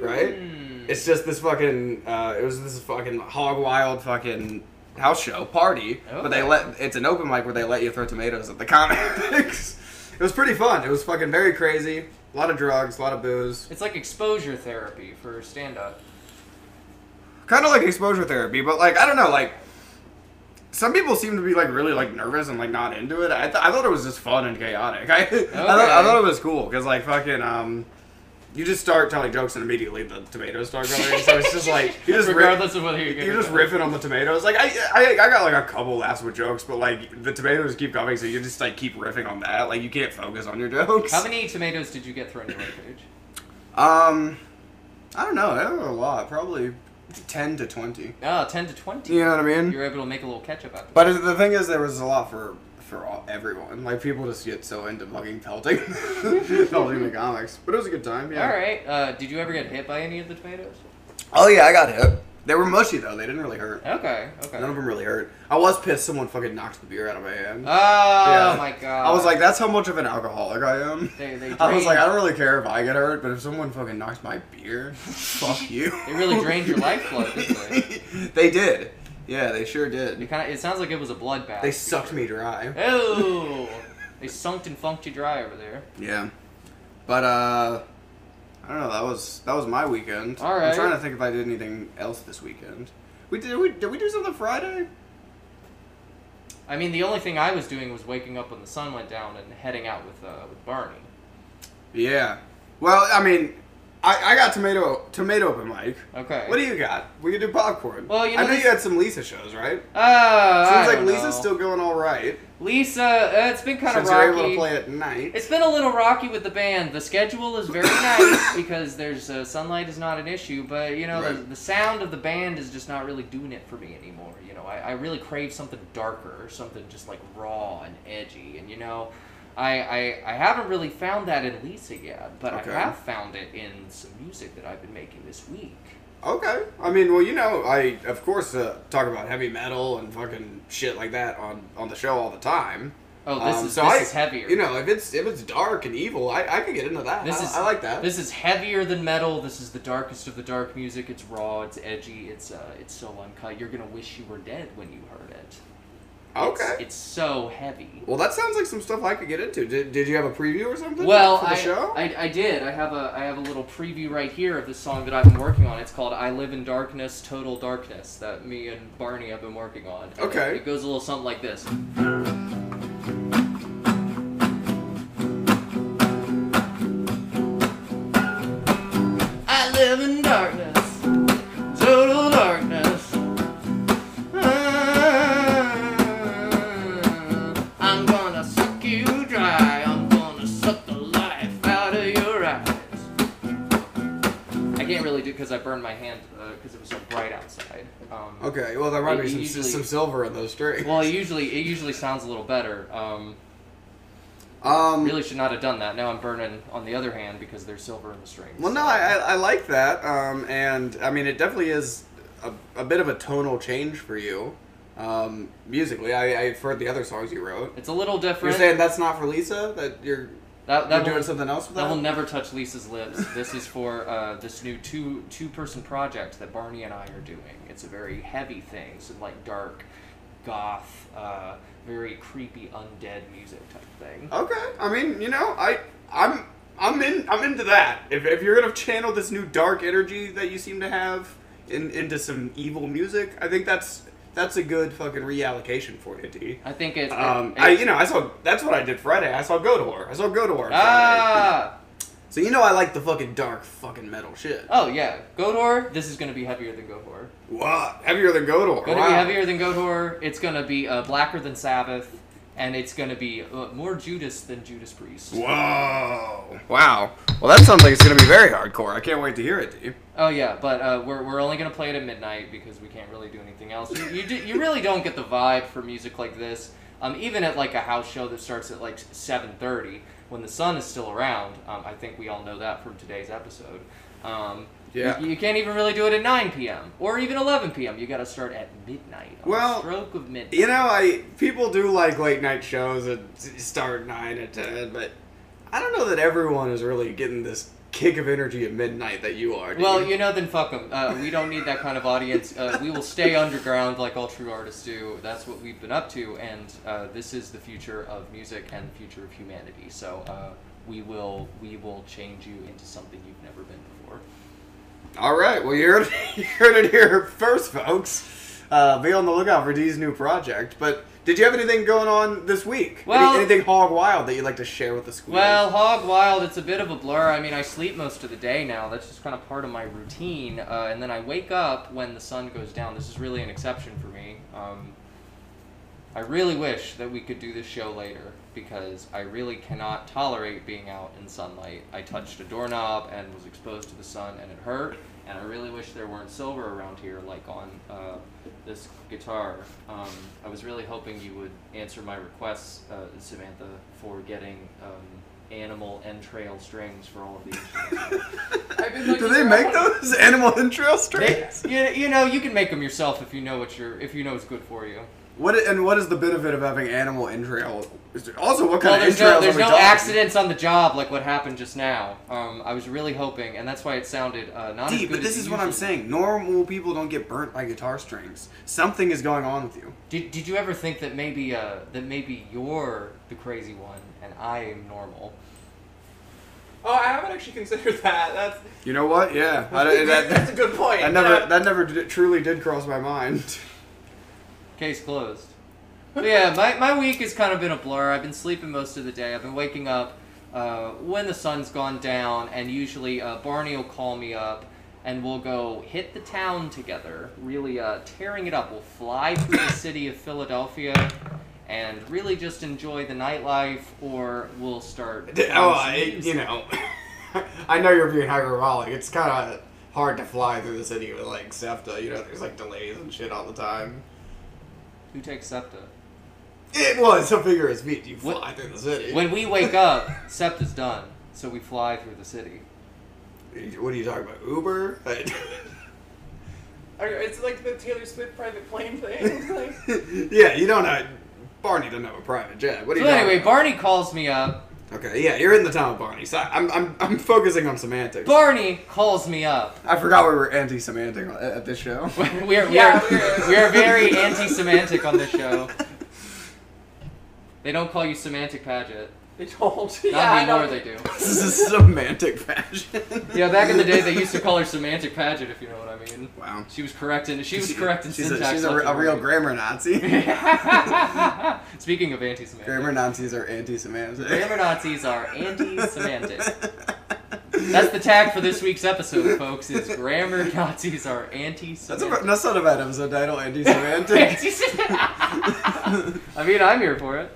Speaker 3: right?
Speaker 2: Mm.
Speaker 3: It's just this fucking. Uh, it was this fucking hog wild fucking house show party, but they
Speaker 2: Okay.
Speaker 3: let it's an open mic where they let you throw tomatoes at the comics. it was pretty fun. It was fucking very crazy. A lot of drugs, a lot of booze.
Speaker 2: It's like exposure therapy for stand up.
Speaker 3: kind of like exposure therapy, but like I don't know, like some people seem to be like really like nervous and like not into it. I, th- I thought it was just fun and chaotic. I, I, thought, I
Speaker 2: Okay.
Speaker 3: thought it was cool because like fucking um, you just start telling jokes and immediately the tomatoes start going. so it's just like you just riff,
Speaker 2: Regardless of whether you're
Speaker 3: you're
Speaker 2: gonna-
Speaker 3: just riffing on the tomatoes. Like I, I I got like a couple laughs with jokes, but like the tomatoes keep coming, so you just like keep riffing on that. Like you can't focus on your jokes.
Speaker 2: How many tomatoes did you get thrown your way, Paige?
Speaker 3: Um, I don't know. I don't know a lot. Probably ten to twenty.
Speaker 2: Oh, 10 to 20.
Speaker 3: You know what I mean?
Speaker 2: You're able to make a little ketchup out of it.
Speaker 3: But the thing is, there was a lot for for all, everyone. Like people just get so into fucking pelting, pelting the comics. But it was a good time. Yeah.
Speaker 2: All right. Uh, did you ever get hit by any of the tomatoes?
Speaker 3: Oh yeah, I got hit. They were mushy though. They didn't really hurt.
Speaker 2: Okay. Okay.
Speaker 3: None of them really hurt. I was pissed. Someone fucking knocked the beer out of my hand.
Speaker 2: Oh
Speaker 3: Yeah.
Speaker 2: my god.
Speaker 3: I was like, that's how much of an alcoholic I am.
Speaker 2: They- they
Speaker 3: I was like,
Speaker 2: drained-
Speaker 3: I don't really care if I get hurt, but if someone fucking knocks my beer, fuck you.
Speaker 2: They really drained your lifeblood, didn't
Speaker 3: they did. Yeah, they sure
Speaker 2: it
Speaker 3: did.
Speaker 2: kind of. It sounds like it was a bloodbath.
Speaker 3: They sucked me dry.
Speaker 2: Oh. they sunked and funked you dry over there.
Speaker 3: Yeah, but uh, I don't know. That was that was my weekend.
Speaker 2: All
Speaker 3: I'm
Speaker 2: right.
Speaker 3: trying to think if I did anything else this weekend. We did we did we do something Friday?
Speaker 2: I mean, the only thing I was doing was waking up when the sun went down and heading out with uh, with Barney.
Speaker 3: Yeah. Well, I mean, I, I got tomato tomato open mic.
Speaker 2: Okay.
Speaker 3: What do you got? We could do popcorn.
Speaker 2: Well, you know,
Speaker 3: I know
Speaker 2: this-
Speaker 3: you had some Lisa shows, right?
Speaker 2: Oh, I
Speaker 3: Seems like
Speaker 2: don't
Speaker 3: Lisa's
Speaker 2: know.
Speaker 3: still going all right.
Speaker 2: Lisa, uh, it's been kind of
Speaker 3: Since
Speaker 2: rocky.
Speaker 3: you're able to play at night.
Speaker 2: It's been a little rocky with the band. The schedule is very nice because there's uh, sunlight is not an issue, but you know the,
Speaker 3: Right.
Speaker 2: the sound of the band is just not really doing it for me anymore. You know, I, I really crave something darker, something just like raw and edgy, and you know. I, I, I haven't really found that in Lisa yet, but
Speaker 3: Okay.
Speaker 2: I have found it in some music that I've been making this week.
Speaker 3: Okay. I mean, well, you know, I of course uh, talk about heavy metal and fucking shit like that on on the show all the time.
Speaker 2: Oh, this
Speaker 3: Um,
Speaker 2: is
Speaker 3: so
Speaker 2: this
Speaker 3: I-
Speaker 2: is heavier.
Speaker 3: You know, if it's if it's dark and evil, I, I could get into that.
Speaker 2: This
Speaker 3: I,
Speaker 2: is
Speaker 3: I like that.
Speaker 2: This is heavier than metal. This is the darkest of the dark music. It's raw. It's edgy. It's uh, it's so uncut. You're gonna wish you were dead when you heard it.
Speaker 3: okay.
Speaker 2: It's, it's so heavy.
Speaker 3: well, that sounds like some stuff I could get into. Did, did you have a preview or something?
Speaker 2: Well,
Speaker 3: for the
Speaker 2: I,
Speaker 3: show.
Speaker 2: I I did. I have a I have a little preview right here of the song that I've been working on. It's called "I Live in Darkness, Total Darkness" that me and Barney have been working on. And
Speaker 3: Okay.
Speaker 2: It, it goes a little something like this. I live in darkness, total darkness. Ah, I'm gonna suck you dry. I'm gonna suck the life out of your eyes. I can't really do because I burned my hand because it was so bright outside. Um,
Speaker 3: okay. Well, there might be
Speaker 2: I
Speaker 3: some
Speaker 2: usually-
Speaker 3: some silver in those strings.
Speaker 2: Well, it usually it usually sounds a little better. Um,
Speaker 3: um.
Speaker 2: really should not have done that. Now I'm burning on the other hand because there's silver in the strings.
Speaker 3: Well, no, I, I I like that. Um, and I mean, it definitely is a, a bit of a tonal change for you. Um, musically, I, I've heard the other songs you wrote.
Speaker 2: It's a little
Speaker 3: You're
Speaker 2: different.
Speaker 3: saying that's not for Lisa. That you're
Speaker 2: that
Speaker 3: you're
Speaker 2: that
Speaker 3: doing
Speaker 2: will,
Speaker 3: something else with that.
Speaker 2: that will never touch Lisa's lips. This is for uh, this new two two person project that Barney and I are doing. It's a very heavy thing, so like dark, goth, uh, very creepy undead music type thing.
Speaker 3: Okay. I mean, you know, I I'm I'm in I'm into that. If if you're gonna channel this new dark energy that you seem to have in, into some evil music, I think that's that's a good fucking reallocation for you, D.
Speaker 2: I think it.
Speaker 3: Um,
Speaker 2: it-
Speaker 3: I you know I saw that's what I did Friday. I saw Godor. I saw Godor. on Friday.
Speaker 2: ah.
Speaker 3: So you know I like the fucking dark fucking metal shit.
Speaker 2: Oh yeah, Godor. This is gonna be heavier than Godor.
Speaker 3: Wow, heavier than Godor.
Speaker 2: Gonna
Speaker 3: wow.
Speaker 2: be heavier than Godor. It's gonna be uh, blacker than Sabbath, and it's gonna be uh, more Judas than Judas Priest.
Speaker 3: Whoa. Wow. Well, that sounds like it's gonna be very hardcore. I can't wait to hear it, D.
Speaker 2: Oh yeah, but uh, we're, we're only gonna play it at midnight because we can't really do anything else. You you, do, you really don't get the vibe for music like this. Um, even at like a house show that starts at like seven thirty, when the sun is still around. Um, I think we all know that from today's episode. Um,
Speaker 3: Yeah.
Speaker 2: You, you can't even really do it at nine p.m. or even eleven p.m. You got to start at midnight. on the
Speaker 3: Well,
Speaker 2: stroke of midnight.
Speaker 3: You know, I people do like late night shows that s- start at nine at ten, but I don't know that everyone is really getting this kick of energy at midnight that you are. dude.
Speaker 2: Well, you know, then fuck them. Uh, we don't need that kind of audience. Uh, we will stay underground like all true artists do. That's what we've been up to, and uh, this is the future of music and the future of humanity. So uh, we will we will change you into something you've never been before.
Speaker 3: all right. Well, you heard, you heard it here first, folks. Uh, be on the lookout for D's new project. But did you have anything going on this week?
Speaker 2: Well-
Speaker 3: Any, anything hog wild that you'd like to share with the school?
Speaker 2: Well, hog wild, it's a bit of a blur. I mean, I sleep most of the day now. That's just kind of part of my routine. Uh, and then I wake up when the sun goes down. This is really an exception for me. Um, I really wish that we could do this show later because I really cannot tolerate being out in sunlight. I touched a doorknob and was exposed to the sun and it hurt. And I really wish there weren't silver around here like on uh, this guitar. Um, I was really hoping you would answer my requests, uh, Samantha, for getting um, animal entrail strings for all of these.
Speaker 4: I've been
Speaker 3: do they make those animal intro
Speaker 2: They-
Speaker 3: strings?
Speaker 2: you, you know, you can make them yourself if you know what you're if you know it's good for you.
Speaker 3: What i- and what is the benefit of having animal entrail? Is there- Also, what
Speaker 2: well,
Speaker 3: kind of
Speaker 2: there's
Speaker 3: entrails
Speaker 2: no,
Speaker 3: are
Speaker 2: there's
Speaker 3: we
Speaker 2: no
Speaker 3: talking?
Speaker 2: accidents on the job like what happened just now. Um, I was really hoping, and that's why it sounded uh, not
Speaker 3: D,
Speaker 2: as good.
Speaker 3: but
Speaker 2: as
Speaker 3: this
Speaker 2: it
Speaker 3: is what I'm
Speaker 2: usually-
Speaker 3: saying. Normal people don't get burnt by guitar strings. Something is going on with you.
Speaker 2: Did, did you ever think that maybe uh, that maybe you're the crazy one and I am normal?
Speaker 4: Oh, I haven't actually considered that. That's
Speaker 3: You know what? Yeah, I, I- Uh, that,
Speaker 4: that's a
Speaker 3: that,
Speaker 4: good point.
Speaker 3: that never
Speaker 4: Yeah.
Speaker 3: that never did, truly did cross my mind.
Speaker 2: Case closed. But yeah, my, my week has kind of been a blur. I've been sleeping most of the day. I've been waking up uh, when the sun's gone down, and usually uh, Barney will call me up and we'll go hit the town together, really uh, tearing it up. We'll fly through the city of Philadelphia and really just enjoy the nightlife, or we'll start.
Speaker 3: oh, I, you know, I know you're being hyperbolic. It's kind of hard to fly through the city with like SEPTA. You know, there's like delays and shit all the time.
Speaker 2: Who takes SEPTA?
Speaker 3: It was a figure of speech. You fly
Speaker 2: What-
Speaker 3: through the city.
Speaker 2: When we wake up, SEPTA's done, so we fly through the city.
Speaker 3: what are you talking about? Uber?
Speaker 4: Are- It's like the Taylor Swift private plane thing. like,
Speaker 3: yeah, you don't have Barney doesn't have a private jet. What are
Speaker 2: So
Speaker 3: you talking
Speaker 2: anyway,
Speaker 3: about?
Speaker 2: Barney calls me up.
Speaker 3: Okay, yeah, you're in the town of Barney. So I'm, I'm, I'm focusing on semantics.
Speaker 2: Barney calls me up.
Speaker 3: I forgot we were anti-semantic at, at this show.
Speaker 2: We are, we
Speaker 4: Yeah,
Speaker 2: are,
Speaker 4: we're-
Speaker 2: we are very anti-semantic on this show. They don't call you semantic paget.
Speaker 4: they told.
Speaker 2: Not
Speaker 4: yeah, I know.
Speaker 2: anymore, they do.
Speaker 3: this is a semantic fashion.
Speaker 2: Yeah, back in the day, they used to call her semantic paget, if you know what I mean.
Speaker 3: Wow.
Speaker 2: She was correct in she was correct in
Speaker 3: she's a,
Speaker 2: syntax.
Speaker 3: she's a,
Speaker 2: left
Speaker 3: re- a
Speaker 2: and
Speaker 3: real
Speaker 2: right.
Speaker 3: grammar Nazi.
Speaker 2: Speaking of anti-semantic,
Speaker 3: grammar Nazis are anti-semantic.
Speaker 2: grammar Nazis are anti-semantic. That's the tag for this week's episode, folks. Is grammar Nazis are
Speaker 3: That's, a,
Speaker 2: anti-Semitic.
Speaker 3: that's not a bad episode title, anti-semantic.
Speaker 2: I mean, I'm here for it.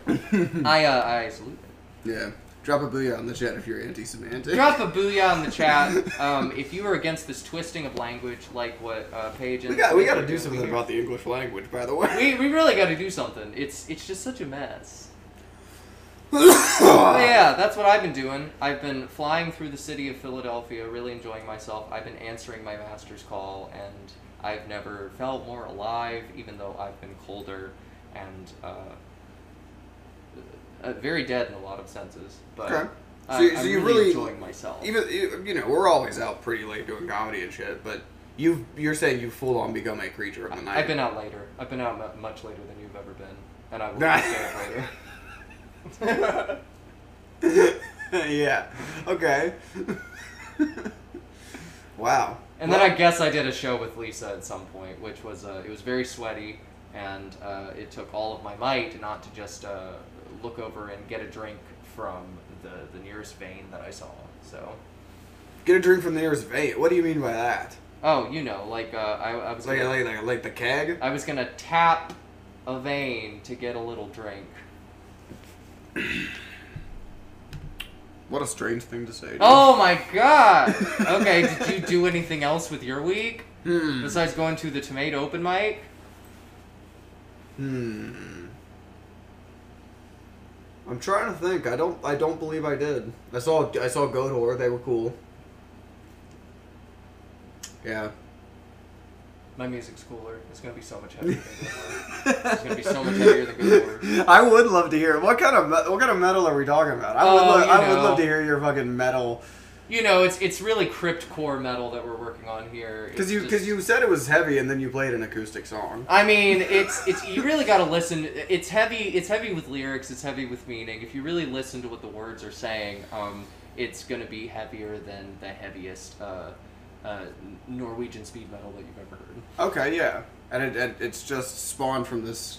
Speaker 2: I uh, I salute. it.
Speaker 3: yeah. Drop a booyah on the chat if you're anti-semantic.
Speaker 2: Drop a booyah in the chat um, if you are against this twisting of language, like what uh, Paige and
Speaker 3: we got we
Speaker 2: Paige
Speaker 3: got
Speaker 2: are
Speaker 3: to do
Speaker 2: doing
Speaker 3: something
Speaker 2: here.
Speaker 3: about the English language, by the way.
Speaker 2: We, we really got to do something. It's it's just such a mess. But
Speaker 3: yeah.
Speaker 2: yeah, that's what I've been doing. I've been flying through the city of Philadelphia, really enjoying myself. I've been answering my master's call and I've never felt more alive, even though I've been colder and uh, uh, very dead in a lot of senses. But
Speaker 3: Okay.
Speaker 2: I,
Speaker 3: So you-
Speaker 2: am
Speaker 3: so you really-
Speaker 2: really enjoying myself.
Speaker 3: Even e, you you know, we're always out pretty late doing comedy and shit, but you've you're saying you full on become a creature of the night.
Speaker 2: I've been out later. I've been out mu- much later than you've ever been, and I will be staying later.
Speaker 3: yeah. Okay. wow.
Speaker 2: And then I guess I did a show with Lisa at some point, which was uh, it was very sweaty, and uh, it took all of my might not to just uh, look over and get a drink from the the nearest vein that I saw. So,
Speaker 3: get a drink from the nearest vape. What do you mean by that?
Speaker 2: oh, you know, like uh, I, I was
Speaker 3: Like
Speaker 2: gonna,
Speaker 3: like like, like the keg?
Speaker 2: I was gonna tap a vein to get a little drink.
Speaker 3: What a strange thing to say. dude.
Speaker 2: Oh my god! Okay, did you do anything else with your week
Speaker 3: Hmm.
Speaker 2: besides going to the tomato open mic?
Speaker 3: Hmm. I'm trying to think. I don't. I don't believe I did. I saw. I saw Godor. They were cool. Yeah.
Speaker 2: My music's cooler. It's gonna be so much heavier. Than it's gonna be so much heavier than Godor.
Speaker 3: I would love to hear what kind of me- what kind of metal are we talking about? I would,
Speaker 2: Oh,
Speaker 3: lo-
Speaker 2: you
Speaker 3: I would
Speaker 2: know.
Speaker 3: love to hear your fucking metal
Speaker 2: You know, it's it's really crypt core metal that we're working on here. It's
Speaker 3: because you
Speaker 2: just-
Speaker 3: because you said it was heavy and then you played an acoustic song.
Speaker 2: I mean, it's it's you really got to listen. It's heavy. It's heavy with lyrics. It's heavy with meaning. If you really listen to what the words are saying, um, it's gonna be heavier than the heaviest uh, uh, Norwegian speed metal that you've ever heard.
Speaker 3: Okay, yeah, and it, it it's just spawned from this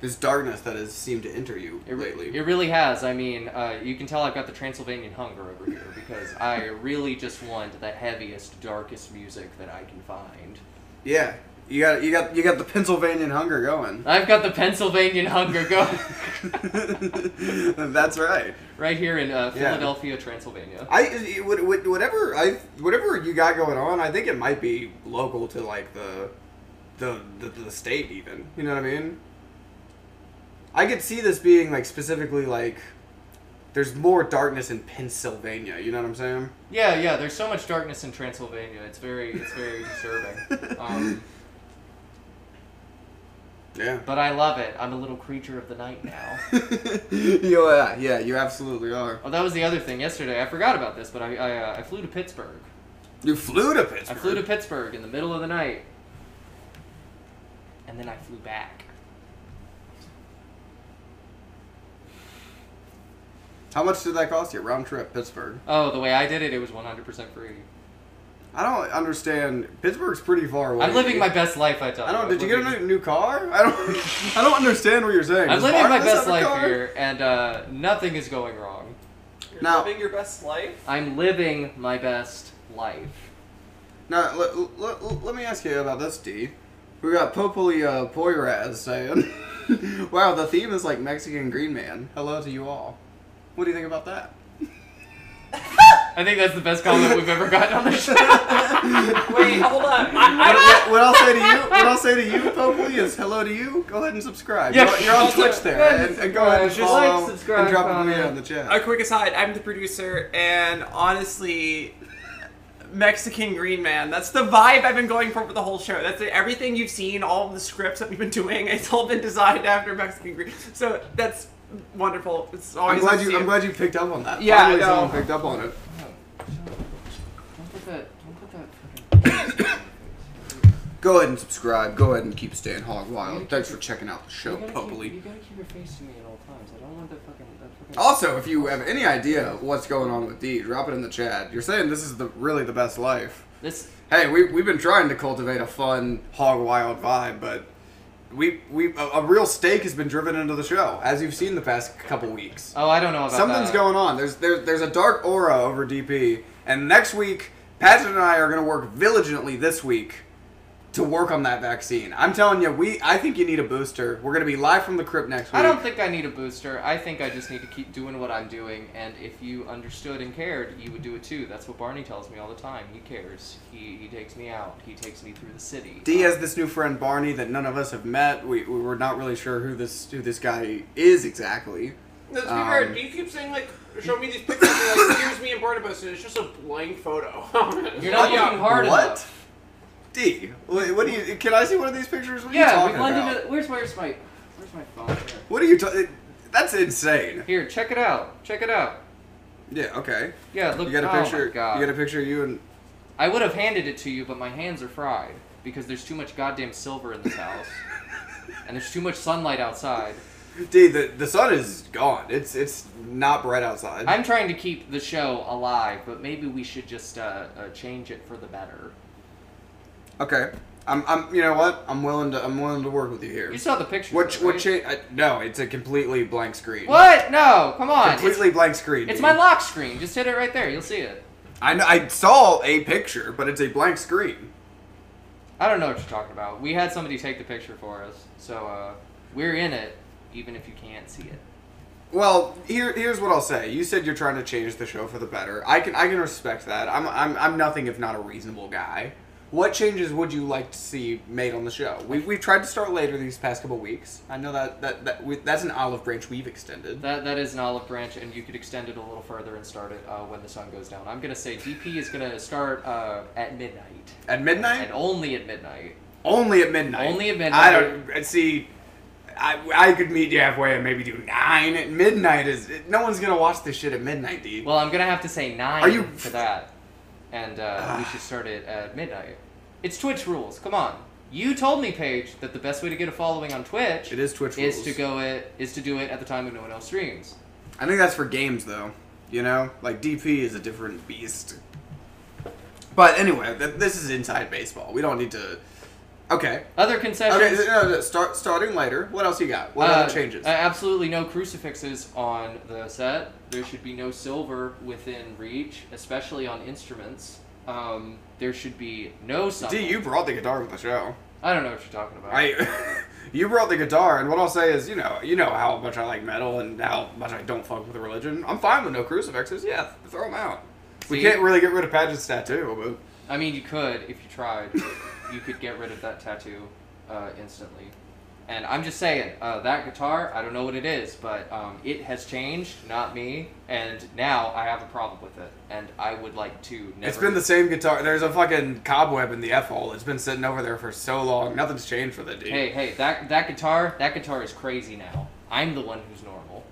Speaker 3: this darkness that has seemed to enter you
Speaker 2: It, re-
Speaker 3: lately.
Speaker 2: it really has. I mean, uh, you can tell I've got the Transylvanian hunger over here because I really just want the heaviest, darkest music that I can find.
Speaker 3: yeah, you got you got you got the Pennsylvania hunger going.
Speaker 2: I've got the Pennsylvanian hunger going.
Speaker 3: That's right.
Speaker 2: right here in uh,
Speaker 3: Yeah.
Speaker 2: Philadelphia, Transylvania.
Speaker 3: I it would- would- whatever I whatever you got going on, I think it might be local to like the the the, the state even. You know what I mean? I could see this being like specifically like there's more darkness in Pennsylvania. You know what I'm saying?
Speaker 2: Yeah, yeah. There's so much darkness in Transylvania. It's very, it's very disturbing. Um,
Speaker 3: Yeah.
Speaker 2: but I love it. I'm a little creature of the night now.
Speaker 3: yeah, yeah, you absolutely are.
Speaker 2: Oh, that was the other thing yesterday. I forgot about this, but I, I, uh, I flew to Pittsburgh.
Speaker 3: You flew to
Speaker 2: I
Speaker 3: Pittsburgh.
Speaker 2: flew to Pittsburgh in the middle of the night, and then I flew back.
Speaker 3: How much did that cost you? Round trip Pittsburgh.
Speaker 2: Oh, the way I did it, it was 100% free.
Speaker 3: I don't understand. Pittsburgh's pretty far away.
Speaker 2: I'm living my best life. I tell
Speaker 3: I
Speaker 2: you.
Speaker 3: don't.
Speaker 2: I'm
Speaker 3: Did you get
Speaker 2: living-
Speaker 3: a new, new car? I don't. I don't understand what you're saying.
Speaker 2: I'm
Speaker 3: Does
Speaker 2: living my
Speaker 3: Barnes have
Speaker 2: best
Speaker 3: a
Speaker 2: life
Speaker 3: car?
Speaker 2: here, and uh, nothing is going wrong.
Speaker 1: You're
Speaker 3: Now-
Speaker 1: living your best life.
Speaker 2: I'm living my best life.
Speaker 3: Now, let, let, let, me ask you about this, D. We got Popoli uh, Poiraz saying, "Wow, the theme is like Mexican Green Man." Hello to you all. What do you think about that?
Speaker 2: I think that's the best comment we've ever gotten on the show.
Speaker 1: Wait, hold on. I,
Speaker 3: What, what, what I'll say to you, what I'll say to you, Popoli, is hello to you. Go ahead and subscribe.
Speaker 2: Yeah.
Speaker 3: You're, you're on Twitch
Speaker 2: Go
Speaker 3: there,
Speaker 2: ahead
Speaker 3: and,
Speaker 2: and
Speaker 3: and go ahead and
Speaker 2: subscribe.
Speaker 3: follow
Speaker 2: Just like, subscribe,
Speaker 3: and drop a
Speaker 2: comment.
Speaker 3: comment on the chat.
Speaker 4: A quick aside, I'm the producer, and honestly, Mexican Green Man, that's the vibe I've been going for for the whole show. That's it. everything you've seen, all of the scripts that we've been doing, it's all been designed after Mexican Green. So that's wonderful. It's
Speaker 3: I'm
Speaker 4: always
Speaker 3: glad
Speaker 4: nice to
Speaker 3: you.
Speaker 4: see
Speaker 3: I'm glad you picked up on that.
Speaker 4: Yeah, I
Speaker 3: Finally
Speaker 4: know.
Speaker 3: someone picked up on it.
Speaker 2: Don't put that. Don't put that
Speaker 3: Go ahead and subscribe. Go ahead and keep staying hog wild.
Speaker 2: keep
Speaker 3: Thanks for checking out the show,
Speaker 2: fucking.
Speaker 3: Popoli.
Speaker 2: gotta keep your face to me at all times. I don't want that fucking. That
Speaker 3: Also, if you have any idea of what's going on with D, drop it in the chat. You're saying this is the really the best life.
Speaker 2: This.
Speaker 3: Hey, we we've been trying to cultivate a fun hog wild vibe, but we we a, a real stake has been driven into the show, as you've seen the past couple weeks.
Speaker 2: Oh, I don't know about
Speaker 3: Something's
Speaker 2: that.
Speaker 3: going on. There's there's there's a dark aura over DP, and next week, Patrick and I are going to work vigilantly this week to work on that vaccine. I'm telling you, we I think you need a booster. We're going to be live from the crypt next week.
Speaker 2: I don't think I need a booster. I think I just need to keep doing what I'm doing, and if you understood and cared, you would do it too. That's what Barney tells me all the time. He cares. He he takes me out. He takes me through the city.
Speaker 3: D has this new friend Barney that none of us have met. We, we were not really sure who this who this guy is exactly.
Speaker 4: Let's
Speaker 3: be fair, Um,
Speaker 4: you keep saying, like, show me these pictures, and like, here's me and Barnabas, and it's just a blank photo.
Speaker 2: You're not
Speaker 3: What?
Speaker 2: looking hard
Speaker 3: What?
Speaker 2: enough.
Speaker 3: D, what, what do you? Can I see one of these pictures? What are you
Speaker 2: yeah, we
Speaker 3: talking
Speaker 2: blend
Speaker 3: about?
Speaker 2: into. Where's where's my where's my phone? Here.
Speaker 3: What are you? Ta- that's insane.
Speaker 2: Here, check it out. Check it out.
Speaker 3: Yeah. Okay.
Speaker 2: Yeah, look.
Speaker 3: You got
Speaker 2: oh
Speaker 3: a
Speaker 2: my
Speaker 3: picture.
Speaker 2: God.
Speaker 3: you got a picture of you and
Speaker 2: I would have handed it to you, but my hands are fried because there's too much goddamn silver in this house, and there's too much sunlight outside.
Speaker 3: D. The the sun is gone. It's it's not bright outside.
Speaker 2: I'm trying to keep the show alive, but maybe we should just uh, uh, change it for the better.
Speaker 3: okay. I'm I'm. You know what? I'm willing to I'm willing to work with you here.
Speaker 2: You saw the picture.
Speaker 3: What
Speaker 2: though,
Speaker 3: what
Speaker 2: right?
Speaker 3: change? No, it's a completely blank screen.
Speaker 2: What? No, come on. It's,
Speaker 3: Completely blank screen.
Speaker 2: it's
Speaker 3: dude.
Speaker 2: my lock screen. Just hit it right there. You'll see it.
Speaker 3: I know, I saw a picture, but it's a blank screen.
Speaker 2: I don't know what you're talking about. We had somebody take the picture for us, so uh, we're in it, even if you can't see it.
Speaker 3: Well, here here's what I'll say. You said you're trying to change the show for the better. I can I can respect that. I'm I'm I'm nothing if not a reasonable guy. What changes would you like to see made on the show? We've, we've tried to start later these past couple weeks. I know that that, that we, that's an olive branch we've extended.
Speaker 2: That that is an olive branch, and you could extend it a little further and start it uh, when the sun goes down. I'm gonna say DP is gonna start uh, at midnight,
Speaker 3: At midnight,
Speaker 2: and only at midnight.
Speaker 3: only at midnight.
Speaker 2: Only at
Speaker 3: I
Speaker 2: midnight.
Speaker 3: don't see. I, I could meet you halfway and maybe do nine. At midnight is no one's gonna watch this shit at midnight, dude.
Speaker 2: Well, I'm gonna have to say nine
Speaker 3: Are you- Ah.
Speaker 2: for that, and uh, we should start it at midnight. It's Twitch rules. Come on. You told me, Paige, that the best way to get a following on Twitch
Speaker 3: it is Twitch
Speaker 2: is
Speaker 3: rules.
Speaker 2: to go it is to do it at the time when no one else streams.
Speaker 3: I think that's for games, though. You know, like DP is a different beast. But anyway, th- this is inside baseball. We don't need to. Okay.
Speaker 2: Other
Speaker 3: Okay.
Speaker 2: concessions.
Speaker 3: No, no, start starting later. What else you got? What
Speaker 2: Uh,
Speaker 3: other changes?
Speaker 2: uh, absolutely no crucifixes on the set. There should be no silver within reach, especially on instruments. Um, there should be no sign.
Speaker 3: D, you brought the guitar with the show.
Speaker 2: I don't know what you're talking about.
Speaker 3: I, you brought the guitar, and what I'll say is, you know, you know how much I like metal and how much I don't fuck with religion. I'm fine with no crucifixes. Yeah, throw them out. We
Speaker 2: See?
Speaker 3: can't really get rid of Paget's tattoo,
Speaker 2: I mean, you could if you tried. you could get rid of that tattoo uh, instantly. And I'm just saying, uh, that guitar, I don't know what it is, but um, it has changed, not me. And now I have a problem with it. And I would like to never.
Speaker 3: but it's been the same guitar. There's a fucking cobweb in the f hole. It's been sitting over there for so long. Nothing's changed for that dude.
Speaker 2: Hey, hey, that that guitar, that guitar is crazy now. I'm the one who's normal.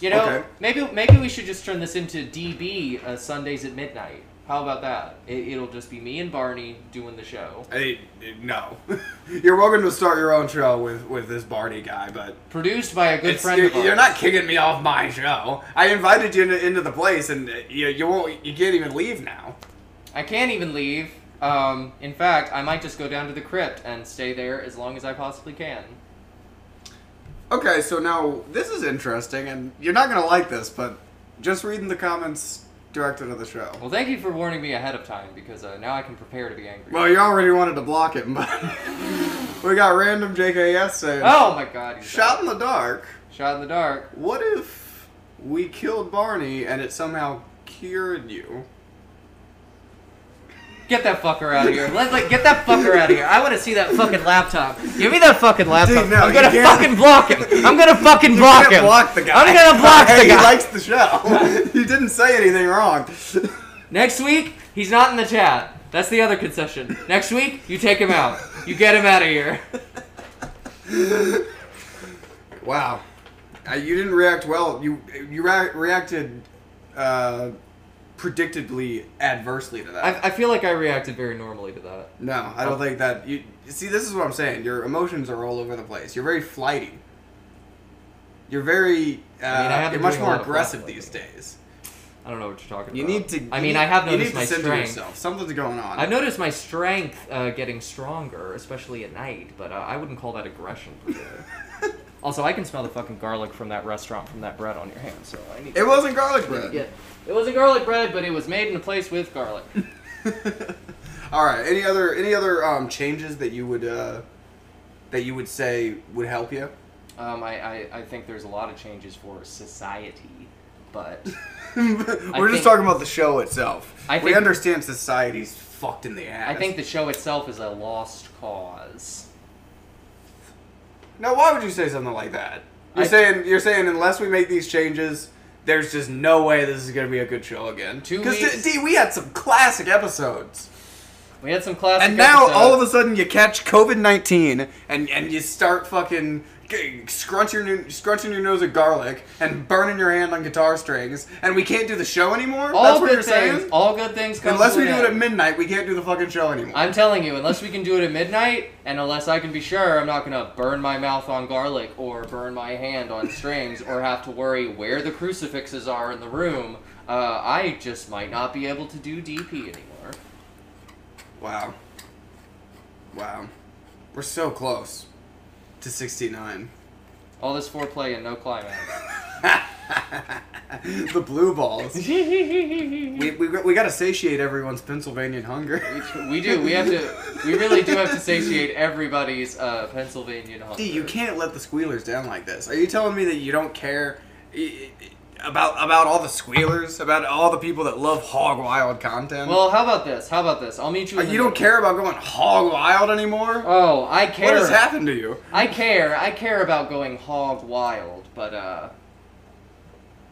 Speaker 2: You know,
Speaker 3: Okay.
Speaker 2: maybe maybe we should just turn this into DB uh, Sundays at midnight. How about that? It, it'll just be me and Barney doing the show,
Speaker 3: Hey, no. you're welcome to start your own show with with this Barney guy, but
Speaker 2: produced by a good
Speaker 3: it's-
Speaker 2: friend
Speaker 3: you're,
Speaker 2: of ours.
Speaker 3: you're not kicking me off my show. I invited you into, into the place, and uh, you you won't you can't even leave now.
Speaker 2: I can't even leave. Um, in fact, I might just go down to the crypt and stay there as long as I possibly can.
Speaker 3: Okay, so now this is interesting, and you're not gonna like this, but just reading the comments directed to the show.
Speaker 2: Well, thank you for warning me ahead of time because uh, now I can prepare to be angry.
Speaker 3: Well, you already wanted to block him, but we got random JKS saying,
Speaker 2: oh my God! he's
Speaker 3: "Shot
Speaker 2: out.
Speaker 3: in the dark."
Speaker 2: Shot in the dark.
Speaker 3: What if we killed Barney and it somehow cured you?
Speaker 2: Get that fucker out of here. Let's like get that fucker out of here. I want to see that fucking laptop. Give me that fucking laptop.
Speaker 3: Dude, no,
Speaker 2: I'm gonna
Speaker 3: you can't.
Speaker 2: fucking block him. I'm gonna fucking
Speaker 3: You
Speaker 2: block
Speaker 3: can't
Speaker 2: him.
Speaker 3: block the guy.
Speaker 2: I'm gonna block the
Speaker 3: He
Speaker 2: guy.
Speaker 3: likes the show. he didn't say anything wrong.
Speaker 2: Next week, he's not in the chat. That's the other concession. Next week, you take him out. You get him out of here.
Speaker 3: wow, Uh, you didn't react well. You you ra- reacted uh, predictably adversely to that.
Speaker 2: I, I feel like I reacted very normally to that.
Speaker 3: no, I don't think that. You see, this is what I'm saying. Your emotions are all over the place. You're very flighty. You're very. Uh,
Speaker 2: I mean, I haven't
Speaker 3: you're much
Speaker 2: been doing a
Speaker 3: more
Speaker 2: lot of
Speaker 3: aggressive
Speaker 2: flatlining.
Speaker 3: these days.
Speaker 2: I don't know what you're talking
Speaker 3: You
Speaker 2: about.
Speaker 3: need to.
Speaker 2: I mean,
Speaker 3: you need-
Speaker 2: I have
Speaker 3: you
Speaker 2: noticed
Speaker 3: need
Speaker 2: my
Speaker 3: to center
Speaker 2: strength.
Speaker 3: Yourself. Something's going on.
Speaker 2: I've noticed my strength uh, getting stronger, especially at night, but uh, I wouldn't call that aggression. per se. also, I can smell the fucking garlic from that restaurant from that bread on your hand, so I need.
Speaker 3: It wasn't garlic bread.
Speaker 2: Yeah, it wasn't garlic bread, but it was made in a place with garlic.
Speaker 3: All right. Any other any other um, changes that you would uh, that you would say would help you?
Speaker 2: Um, I, I, I think there's a lot of changes for society, but
Speaker 3: We're
Speaker 2: think-
Speaker 3: just talking about the show itself.
Speaker 2: I
Speaker 3: we
Speaker 2: think-
Speaker 3: understand society's fucked in the ass.
Speaker 2: I think the show itself is a lost cause.
Speaker 3: Now, why would you say something like that? You're
Speaker 2: I-
Speaker 3: saying you're saying unless we make these changes, there's just no way this is gonna be a good show again.
Speaker 2: Two
Speaker 3: Because
Speaker 2: weeks-
Speaker 3: D, we had some classic episodes.
Speaker 2: We had some classic.
Speaker 3: and now
Speaker 2: episodes.
Speaker 3: all of a sudden you catch COVID nineteen and and you start fucking g- scrunching your, scrunching your nose at garlic and burning your hand on guitar strings and we can't do the show anymore.
Speaker 2: all
Speaker 3: That's
Speaker 2: good
Speaker 3: what you're
Speaker 2: things,
Speaker 3: saying.
Speaker 2: all good things come.
Speaker 3: Unless
Speaker 2: to
Speaker 3: we
Speaker 2: an
Speaker 3: do it
Speaker 2: end.
Speaker 3: at midnight, we can't do the fucking show anymore.
Speaker 2: I'm telling you, unless we can do it at midnight, and unless I can be sure I'm not gonna burn my mouth on garlic or burn my hand on strings or have to worry where the crucifixes are in the room, uh, I just might not be able to do DP anymore.
Speaker 3: wow. Wow. We're so close to sixty nine.
Speaker 2: All this foreplay and no climax.
Speaker 3: the blue balls. We, we, we gotta satiate everyone's Pennsylvanian hunger.
Speaker 2: we do. We have to. We really do have to satiate everybody's uh, Pennsylvania hunger.
Speaker 3: D, you can't let the squealers down like this. Are you telling me that you don't care i- i- about about all the squealers, about all the people that love hog wild content?
Speaker 2: Well, how about this? How about this? I'll meet you.
Speaker 3: Uh,
Speaker 2: In the
Speaker 3: you don't
Speaker 2: middle.
Speaker 3: care about going hog wild anymore.
Speaker 2: Oh, I care.
Speaker 3: What has happened to you?
Speaker 2: I care. I care about going hog wild, but uh,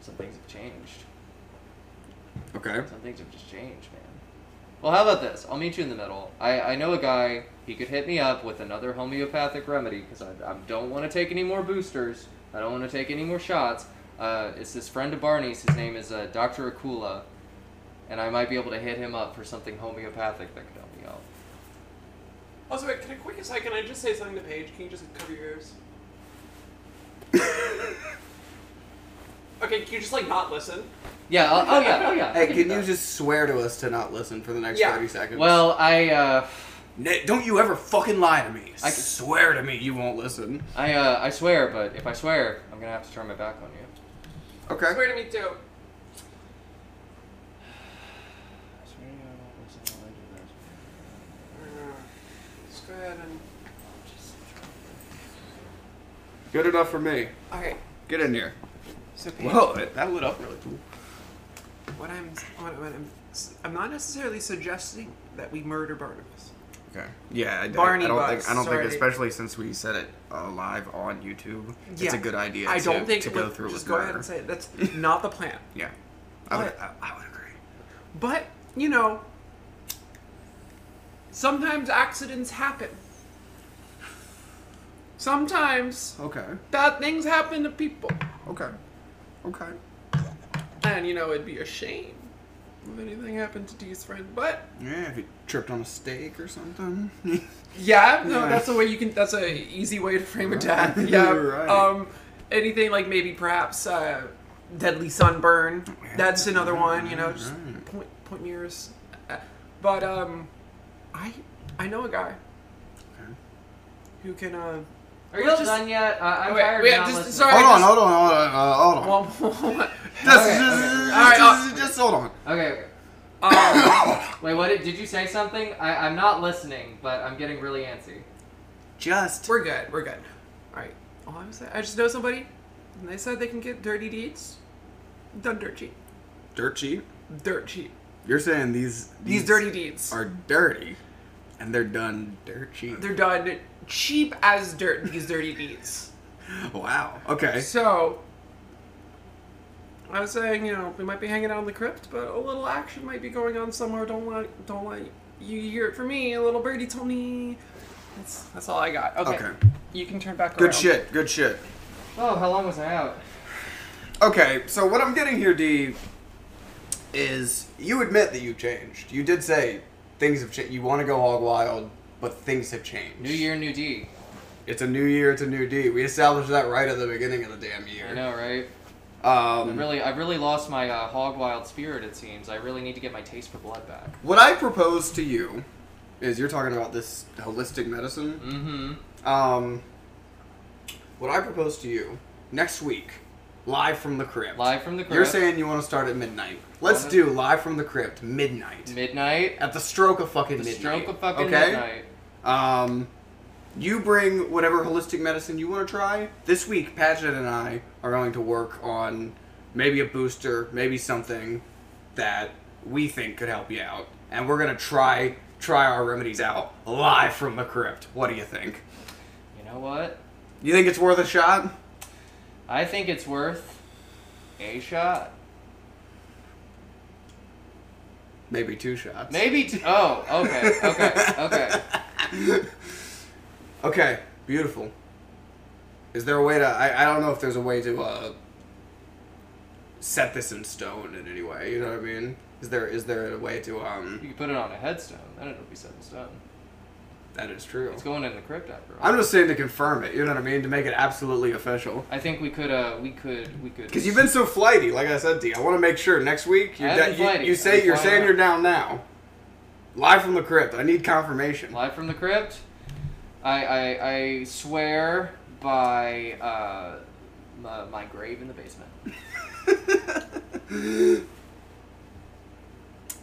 Speaker 2: some things have changed.
Speaker 3: Okay.
Speaker 2: Some things have just changed, man. Well, how about this? I'll meet you in the middle. I, I know a guy. He could hit me up with another homeopathic remedy because I, I don't want to take any more boosters. I don't want to take any more shots. Uh, it's this friend of Barney's. His name is uh, Dr. Akula. And I might be able to hit him up for something homeopathic that could help me out.
Speaker 4: Also, wait, can I quick aside? Can I just say something to Paige? Can you just cover your ears? okay, can you just like not listen?
Speaker 2: Yeah, I'll, oh yeah, oh yeah. I
Speaker 3: Hey,
Speaker 2: do
Speaker 3: can you
Speaker 2: that.
Speaker 3: just swear to us to not listen for the next
Speaker 4: Yeah.
Speaker 3: thirty seconds?
Speaker 2: Well, I, uh,
Speaker 3: N- don't you ever fucking lie to me.
Speaker 2: I
Speaker 3: I
Speaker 2: c-
Speaker 3: swear to me you won't listen.
Speaker 2: I, uh, I swear, but if I swear, I'm gonna have to turn my back on you.
Speaker 3: Okay.
Speaker 4: Swear to me too. Just go ahead and just.
Speaker 3: Good enough for me.
Speaker 4: Alright,
Speaker 3: Get in here.
Speaker 4: so Paige,
Speaker 3: Whoa, that, that lit up really cool.
Speaker 4: what I'm, what, what I'm, I'm not necessarily suggesting that we murder Barnabas.
Speaker 3: Okay. Yeah, I,
Speaker 4: Barney
Speaker 3: I, I don't
Speaker 4: Bus,
Speaker 3: think I don't
Speaker 4: sorry.
Speaker 3: think especially since we said it uh, live on YouTube, it's
Speaker 4: Yeah.
Speaker 3: a good idea.
Speaker 4: I don't
Speaker 3: to,
Speaker 4: think
Speaker 3: to
Speaker 4: look,
Speaker 3: go through
Speaker 4: Just
Speaker 3: with
Speaker 4: go
Speaker 3: murder.
Speaker 4: ahead and say it. that's not the plan.
Speaker 3: Yeah, I would,
Speaker 4: But-
Speaker 3: I, I would agree.
Speaker 4: But you know, sometimes accidents happen. Sometimes
Speaker 3: Okay.
Speaker 4: bad things happen to people,
Speaker 3: Okay. Okay.
Speaker 4: and you know it'd be a shame if anything happened to Dee's friend. But
Speaker 3: Yeah, if you tripped on a stake or something.
Speaker 4: Yeah, no,
Speaker 3: Yeah.
Speaker 4: that's a way you can. That's a easy way to frame a death.
Speaker 3: Right.
Speaker 4: Yeah.
Speaker 3: Right.
Speaker 4: Um, anything like maybe perhaps uh, deadly sunburn. That's another one. You know, just
Speaker 3: Oh, Right.
Speaker 4: point point mirrors. Uh, But um, I I know a guy who can. Uh,
Speaker 2: Are you
Speaker 4: Well,
Speaker 2: all
Speaker 4: just-
Speaker 2: done yet? I, I'm
Speaker 4: Wait,
Speaker 2: tired.
Speaker 4: wait,
Speaker 2: of not
Speaker 4: just-
Speaker 2: listening.
Speaker 4: sorry.
Speaker 3: hold
Speaker 4: I
Speaker 3: on,
Speaker 4: just-
Speaker 3: hold on, hold on, uh, hold on.
Speaker 4: well, what-
Speaker 3: Just,
Speaker 2: okay,
Speaker 3: just,
Speaker 2: okay.
Speaker 3: just-
Speaker 4: Alright,
Speaker 3: just- just hold on.
Speaker 2: Okay. okay.
Speaker 4: um,
Speaker 2: Wait, what did, did you say something? I, I'm not listening, but I'm getting really antsy.
Speaker 3: Just.
Speaker 4: we're good. We're good. All right. All I'm saying, I just know somebody, and they said they can get dirty deeds done dirt cheap.
Speaker 3: Dirt cheap.
Speaker 4: Dirt cheap.
Speaker 3: You're saying these
Speaker 4: These dirty deeds.
Speaker 3: are dirty, and they're done dirt cheap.
Speaker 4: They're done cheap as dirt, these dirty deeds.
Speaker 3: Wow. Okay.
Speaker 4: So, I was saying, you know, we might be hanging out in the crypt, but a little action might be going on somewhere. Don't let, don't let you hear it from me, a little birdie told me. That's, that's all I got. Okay.
Speaker 3: Okay.
Speaker 4: You can turn back around.
Speaker 3: Good shit. Good shit.
Speaker 2: Oh, how long was I out?
Speaker 3: Okay, so what I'm getting here, D, is you admit that you changed. You did say things have changed. You want to go hog wild, but things have changed.
Speaker 2: New year, new D.
Speaker 3: It's a new year. It's a new D. We established that right at the beginning of the damn year.
Speaker 2: I know, right?
Speaker 3: Um,
Speaker 2: I'm really, I've really lost my uh, hog wild spirit. It seems I really need to get my taste for blood back.
Speaker 3: What I propose to you is you're talking about this holistic medicine.
Speaker 2: Mm-hmm.
Speaker 3: Um, what I propose to you next week, live from the crypt.
Speaker 2: Live from the crypt.
Speaker 3: You're saying you want to start at midnight. Let's
Speaker 2: Wanna-
Speaker 3: do live from the crypt midnight.
Speaker 2: midnight.
Speaker 3: At the stroke of fucking
Speaker 2: The
Speaker 3: midnight.
Speaker 2: stroke of fucking
Speaker 3: okay?
Speaker 2: midnight.
Speaker 3: Um, you bring whatever holistic medicine you want to try. This week, Paget and I are going to work on maybe a booster, maybe something that we think could help you out, and we're gonna try try our remedies out live from the crypt. What do you think?
Speaker 2: You know what?
Speaker 3: You think it's worth a shot?
Speaker 2: I think it's worth a shot.
Speaker 3: Maybe two shots.
Speaker 2: Maybe. T- oh, okay, okay, okay.
Speaker 3: Okay, beautiful. Is there a way to? I, I don't know if there's a way to uh, set this in stone in any way. You know what I mean? Is there is there a way to
Speaker 2: You
Speaker 3: um?
Speaker 2: can put it on a headstone, then it'll be set in stone.
Speaker 3: That is true.
Speaker 2: It's going in the crypt after all.
Speaker 3: I'm just saying to confirm it. You know what I mean? To make it absolutely official.
Speaker 2: I think we could, uh, we could, we could.
Speaker 3: Because you've been so flighty, like I said to you. I want to make sure next week you're
Speaker 2: I
Speaker 3: da-
Speaker 2: haven't
Speaker 3: you,
Speaker 2: flighty.
Speaker 3: you say
Speaker 2: I'm
Speaker 3: you're
Speaker 2: flying
Speaker 3: saying
Speaker 2: up.
Speaker 3: you're down now. Live from the crypt. I need confirmation.
Speaker 2: live from the crypt. I, I, I swear by uh, my, my grave in the basement.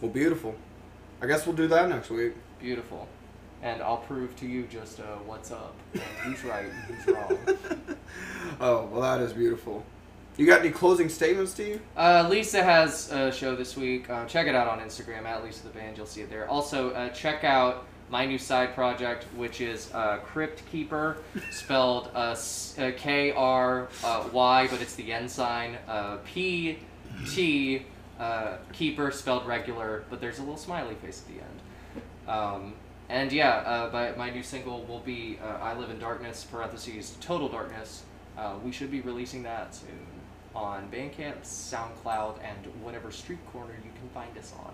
Speaker 3: Well, beautiful. I guess we'll do that next week.
Speaker 2: Beautiful. And I'll prove to you just uh, what's up and who's right and who's wrong.
Speaker 3: Oh, well, that is beautiful. You got any closing statements, Steve?
Speaker 2: Uh, Lisa has a show this week. Uh, check it out on Instagram at Lisa the Band. You'll see it there. Also, uh, check out my new side project, which is uh, Crypt Keeper, spelled uh, s- uh, K R uh, Y, but it's the yen sign. Uh, P T uh, Keeper, spelled regular, but there's a little smiley face at the end. Um, and yeah, uh, my, my new single will be uh, I Live in Darkness, parentheses, Total Darkness. Uh, we should be releasing that soon on Bandcamp, SoundCloud, and whatever street corner you can find us on.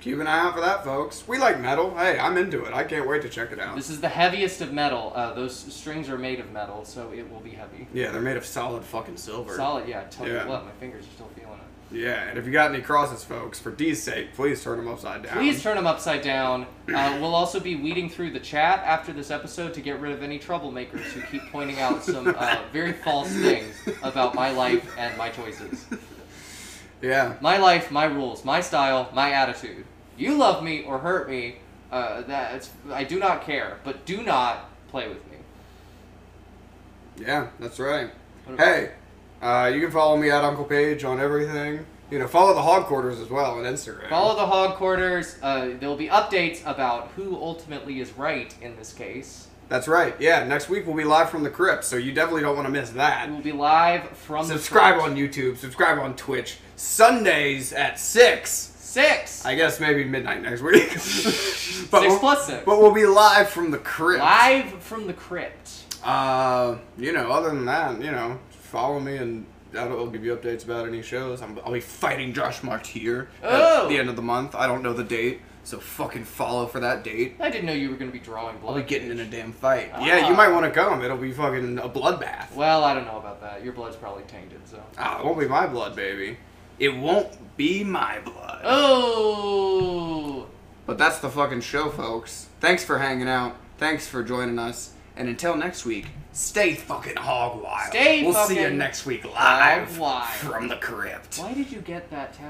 Speaker 3: Keep an eye out for that, folks. We like metal. Hey, I'm into it. I can't wait to check it out.
Speaker 2: This is the heaviest of metal. Uh, those strings are made of metal, so it will be heavy.
Speaker 3: Yeah, they're made of solid fucking silver.
Speaker 2: Solid, yeah. Tell
Speaker 3: Yeah.
Speaker 2: you what, my fingers are still feeling it.
Speaker 3: Yeah, and if you got any crosses, folks, for D's sake, please turn them upside down.
Speaker 2: Please turn them upside down. Uh, we'll also be weeding through the chat after this episode to get rid of any troublemakers who keep pointing out some uh, very false things about my life and my choices.
Speaker 3: Yeah.
Speaker 2: My life, my rules, my style, my attitude. You love me or hurt me, uh, that's I do not care, but do not play with me.
Speaker 3: Yeah, that's right.
Speaker 2: What about-
Speaker 3: Hey, uh, you can follow me at Uncle Page on everything. You know, follow the Hog Quarters as well on Instagram.
Speaker 2: Follow the hog quarters. Uh, there will be updates about who ultimately is right in this case.
Speaker 3: That's right. Yeah, next week we'll be live from the crypt, so you definitely don't want to miss
Speaker 2: We
Speaker 3: that.
Speaker 2: will be live from
Speaker 3: Subscribe
Speaker 2: the
Speaker 3: on YouTube. Subscribe on Twitch. Sundays at six.
Speaker 2: six.
Speaker 3: I guess maybe midnight next week. but six we'll,
Speaker 2: plus six.
Speaker 3: But we'll be live from the crypt.
Speaker 2: live from the crypt.
Speaker 3: Uh, you know, other than that, you know, follow me and I'll give you updates about any shows. I'm, I'll be fighting Josh Martyr
Speaker 2: Oh.
Speaker 3: at the end of the month. I don't know the date, so fucking follow for that date.
Speaker 2: I didn't know you were going to be drawing blood.
Speaker 3: I'll be getting in a damn fight.
Speaker 2: Ah.
Speaker 3: Yeah, you might want to come. It'll be fucking a bloodbath.
Speaker 2: Well, I don't know about that. Your blood's probably tainted, so.
Speaker 3: Ah, it won't be my blood, baby. It won't be my blood.
Speaker 2: Oh.
Speaker 3: But that's the fucking show, folks. Thanks for hanging out. Thanks for joining us. And until next week, stay fucking hog wild.
Speaker 2: Stay
Speaker 3: We'll see you
Speaker 2: fucking
Speaker 3: next week live
Speaker 2: hog wild.
Speaker 3: from the crypt.
Speaker 2: Why did you get that tattoo?